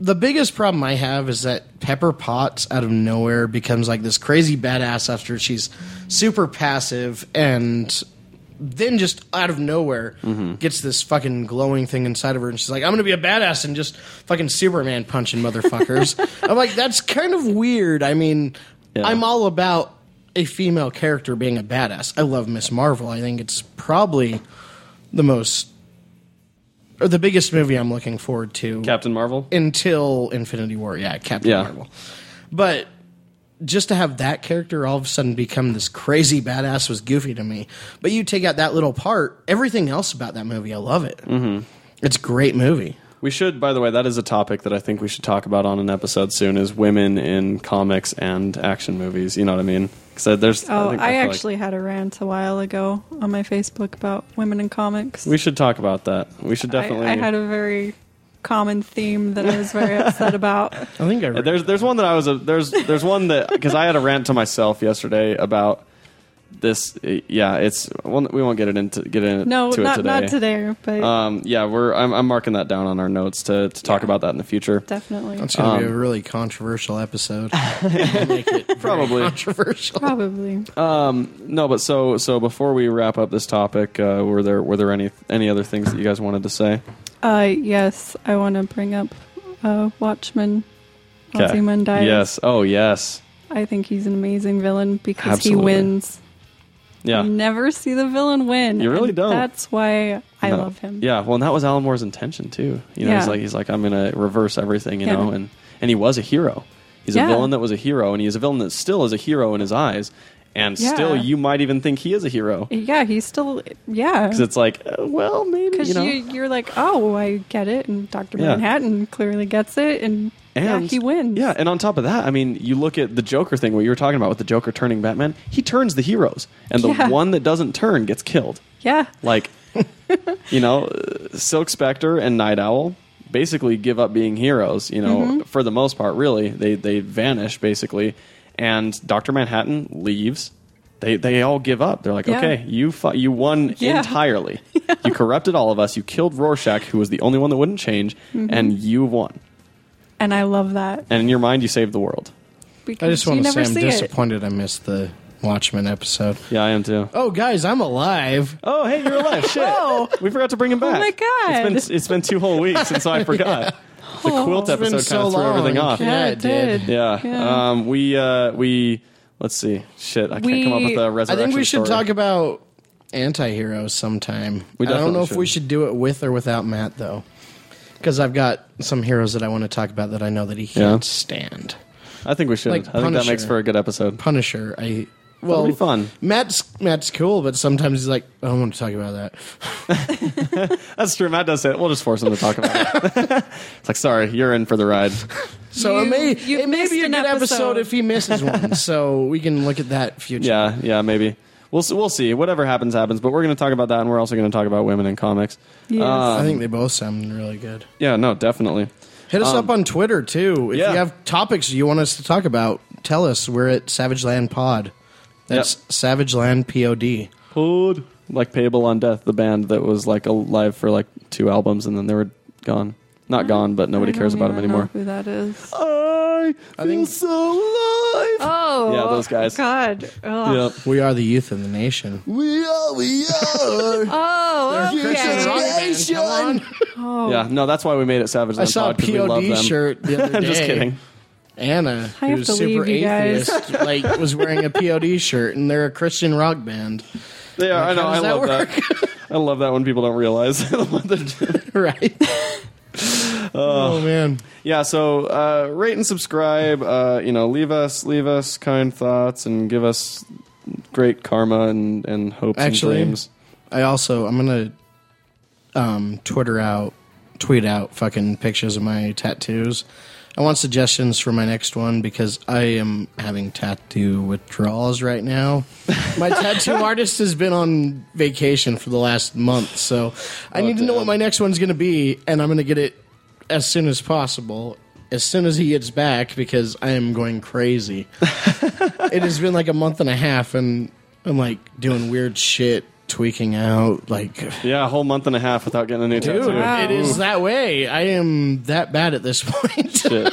C: the biggest problem I have is that Pepper Potts out of nowhere becomes like this crazy badass after she's super passive and. Then just out of nowhere gets this fucking glowing thing inside of her, and she's like, "I'm gonna be a badass and just fucking Superman punching motherfuckers." I'm like, "That's kind of weird." I mean,
A: Yeah.
C: I'm all about a female character being a badass. I love Miss Marvel. I think it's probably the most or the biggest movie I'm looking forward to
A: Captain Marvel.
C: until Infinity War. Yeah, Captain
A: Yeah.
C: Marvel. But just to have that character all of a sudden become this crazy badass was goofy to me. But you take out that little part, everything else about that movie, I love it. Mm-hmm. It's a great movie.
A: We should, by the way, that is a topic that I think we should talk about on an episode soon: is women in comics and action movies. You know what I mean? Because there's.
B: Oh,
A: think
B: I,
A: feel like
B: actually had a rant a while ago on my Facebook about women in comics.
A: we should talk about that. We should
B: I-
A: definitely.
B: I, had a very common theme that I was very upset about.
C: I think I
A: Yeah, Uh, there's there's one that I was a, there's there's one that because I had a rant to myself yesterday about this. uh, Yeah, it's well, we won't get it into get into
B: No,
A: to it
B: not
A: today.
B: not today, but
A: Um, yeah, we're I'm, I'm marking that down on our notes to to talk about that in the future.
B: definitely,
C: That's going to be a really controversial episode. Make it very
A: Probably.
C: controversial.
B: probably.
A: Uh, No, but so so before we wrap up this topic, uh, were there were there any any other things that you guys wanted to say?
B: Uh, yes, I want to bring up uh, Watchmen.
A: 'Kay.
B: Ozymandias.
A: Yes. Oh, yes.
B: I think he's an amazing villain because
A: Absolutely.
B: he wins.
A: Yeah.
B: You never see the villain win.
A: You really
B: and
A: don't.
B: That's why I
A: No.
B: love him.
A: Yeah, well, and that was Alan Moore's intention too. You know,
B: Yeah.
A: he's like he's like I'm gonna reverse everything, you
B: Yeah.
A: know, and and he was a hero. He's a
B: Yeah.
A: villain that was a hero, and he is a villain that still is a hero in his eyes, and still
B: Yeah.
A: you might even think he is a hero
B: Yeah, he's still yeah.
A: because it's like, uh, well, maybe
B: Because
A: you know,
B: you, you, are like, oh, I get it, and Doctor
A: Yeah.
B: Manhattan clearly gets it, and, yeah,
A: and
B: he wins.
A: Yeah, and on top of that, I mean, you look at the Joker thing, what you were talking about with the Joker turning Batman. He turns the heroes, and the
B: Yeah.
A: one that doesn't turn gets killed.
B: yeah,
A: Like, you know, uh, Silk Spectre and Night Owl basically give up being heroes, you know,
B: Mm-hmm.
A: for the most part, really. They, they vanish, basically. And Dr. Manhattan leaves. They, they all give up. They're like,
B: Yeah.
A: okay, you, fu- you won
B: Yeah.
A: entirely. You corrupted all of us. You killed Rorschach, who was the only one that wouldn't change,
B: Mm-hmm.
A: and you won.
B: and I love that.
A: And in your mind, you saved the world.
B: Because
C: I just want
B: you
C: to say
B: never
C: I'm
B: see it.
C: disappointed I missed the Watchmen episode.
A: Yeah, I am too.
C: Oh, guys, I'm alive.
A: Oh, hey, you're alive. Shit. We forgot to bring
C: Oh
A: him back.
B: my God.
A: It's been, it's been two whole weeks, and so I forgot. The
B: Oh.
A: quilt
C: It's
A: episode
C: been
A: kind
C: so
A: of threw everything
C: long.
A: off.
C: Yeah, it did.
A: Yeah.
B: Yeah.
A: Um, we uh, we let's see. Shit, I can't come up
B: We-
A: with a
B: I
A: resurrection.
C: I think we should
A: story.
C: talk about anti-heroes sometime.
A: We
C: I don't
A: definitely
C: know if we
A: should.
C: should do it with or without Matt though. Cuz I've got some heroes that I want to talk about that I know that he can't
A: Yeah.
C: stand.
A: I think we should.
C: like
A: I think that
C: Punisher.
A: makes for a good episode.
C: Punisher, I well,
A: That'll be fun.
C: Matt's Matt's cool, but sometimes he's like, I don't want to talk about that.
A: That's true. Matt does say it. We'll just force him to talk about it. it's like, sorry, you're in for the ride.
C: So it
B: You-
C: may
B: you
C: it may
B: missed
C: be a
B: an
C: good episode
B: episode.
C: if he misses one. so we can look at that future.
A: Yeah, yeah, maybe. We'll s- we'll see. Whatever happens, happens. But we're going to talk about that, and we're also going to talk about women in comics. Uh,
B: Yes.
C: I
A: um,
C: think they both sound really good.
A: Yeah, no, definitely.
C: Hit us up on Twitter too.
A: Um,
C: If
A: yeah.
C: you have topics you want us to talk about, tell us. We're at Savage Land Pod. That's Savage Land Pod.
A: Pod. Like Payable on Death, the band that was like alive for like two albums and then they were gone. Not gone, but nobody
B: I
A: cares
B: don't
A: about them
B: even know
A: anymore.
B: Who that is?
A: I, feel
C: think-
A: so alive.
B: Oh,
A: Yeah, those guys.
B: God. Ugh.
A: Yep.
C: We are the youth of the nation.
A: We are, we are.
B: Oh,
C: Christian rock
B: okay.
C: band, come on.
B: Oh,
A: yeah, no, that's why we made it Savage
C: I
A: Land
C: saw a
A: Pod, 'cause we love
C: POD
A: them.
C: shirt the other
A: I'm
C: day.
A: just kidding.
C: Anna,
B: I have
C: who's
B: to
C: super
B: leave you guys.
C: atheist, like was wearing a POD shirt, and they're a Christian rock band,
A: They are. I know.
C: how
A: I
C: does that
A: love that. I love that when people don't realize what they're doing.
C: right? oh man,
A: yeah so uh, rate and subscribe uh, you know leave us leave us kind thoughts and give us great karma and and hopes
C: Actually-
A: and dreams
C: I also I'm gonna um, Twitter out, tweet out fucking pictures of my tattoos. I want suggestions for my next one because I am having tattoo withdrawals right now. My tattoo artist has been on vacation for the last month, so I need to know what my next one's going to be, and I'm going to get it as soon as possible. As soon as he gets back, because I am going crazy. it has been like a month and a half, and I'm like doing weird shit, tweaking out, like
A: yeah a whole month and a half without getting a new tattoo
B: Wow.
C: it is that way. I am that bad at this point.
A: Shit.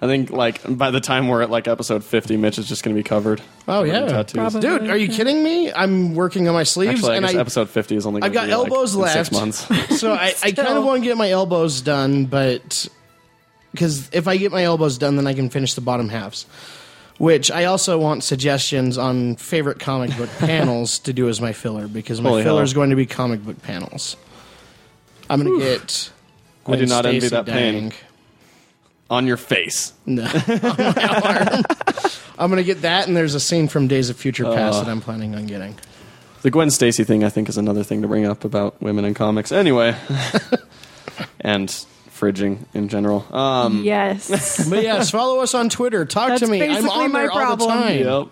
A: i think like by the time we're at like episode 50 mitch is just gonna be covered
C: Oh,
A: with
C: yeah.
A: tattoos.
B: Probably.
C: Dude, are you kidding me? I'm working on my sleeves
A: Actually, I
C: and
A: guess
C: I
A: episode 50 is only
C: I've
A: gonna
C: got
A: be, like,
C: elbows
A: in
C: left.
A: six months
C: so I, I kind
B: Still.
C: of want to get my elbows done, but because if I get my elbows done, then I can finish the bottom halves. Which I also want suggestions on favorite comic book panels to do as my filler because my
A: Holy
C: filler
A: hell.
C: is going to be comic book panels. I'm going to get.
A: I do
C: Gwen
A: not envy
C: Stacy
A: that pain.
C: dying.
A: on your face.
C: No. On my arm. I'm going to get that, and there's a scene from Days of Future Past that I'm planning on getting.
A: The Gwen Stacy thing, I think, is another thing to bring up about women in comics. Anyway, and fridging in general. Um,
B: Yes.
C: But yes, follow us on Twitter. Talk
B: That's
C: to me. I'm
B: basically
C: on
B: my
C: there
B: problem.
C: all the time.
A: yep.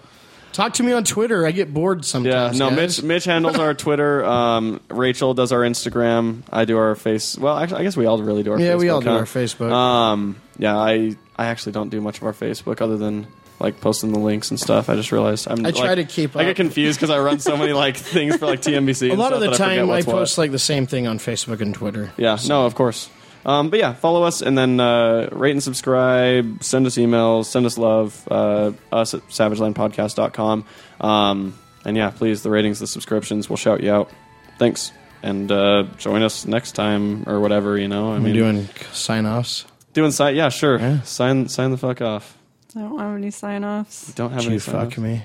C: Talk to me on Twitter. I get bored
A: Yeah.
C: sometimes.
A: No,
C: guys.
A: Mitch. Mitch handles our Twitter. Um, Rachel does our Instagram. I do our face. Well, actually, I guess we all really do our.
C: Yeah,
A: Facebook,
C: we all do
A: huh?
C: our Facebook.
A: Um, yeah, I I actually don't do much of our Facebook other than like posting the links and stuff. I just realized I'm.
C: I try
A: like-
C: to keep
A: I get
C: up.
A: confused because I run so many like things for like TMBC.
C: a lot of the time, I,
A: I
C: post like the same thing on Facebook and Twitter.
A: Yeah, no, of course. Um, but yeah, follow us and then uh, rate and subscribe. Send us emails. Send us love. Uh, us at savagelandpodcast.com. Um, and yeah, please, the ratings, the subscriptions, we'll shout you out. Thanks. And uh, join us next time or whatever, you know. I
C: I'm
A: mean,
C: doing sign offs.
A: doing sign. Yeah, sure.
C: Yeah.
A: Sign sign the fuck off.
B: I don't have any sign offs.
A: Don't have
C: You
A: any
C: fuck
A: sign-offs.
C: me.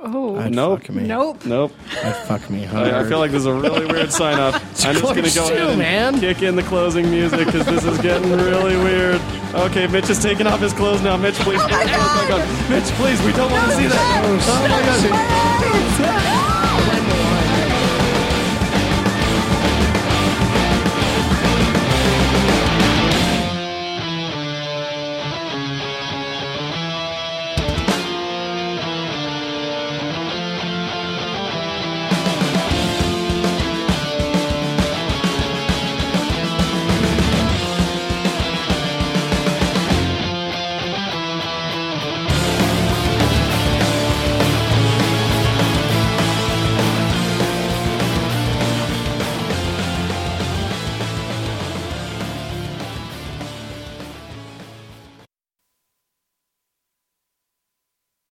B: Oh.
C: I'd
A: Nope.
C: fuck me.
B: Nope.
A: Nope.
C: I'd fuck me. hard.
A: I, I feel like this is a really weird sign off. I'm just going to
C: close
A: go
C: too,
A: ahead and
C: man.
A: kick in the closing music because this is getting really weird. Okay, Mitch is taking
C: Oh
A: Oh off his clothes now. Mitch, please. put your clothes back on. Mitch, please, we don't want to see that.
C: Oh,
A: Oh my God.
C: sexy.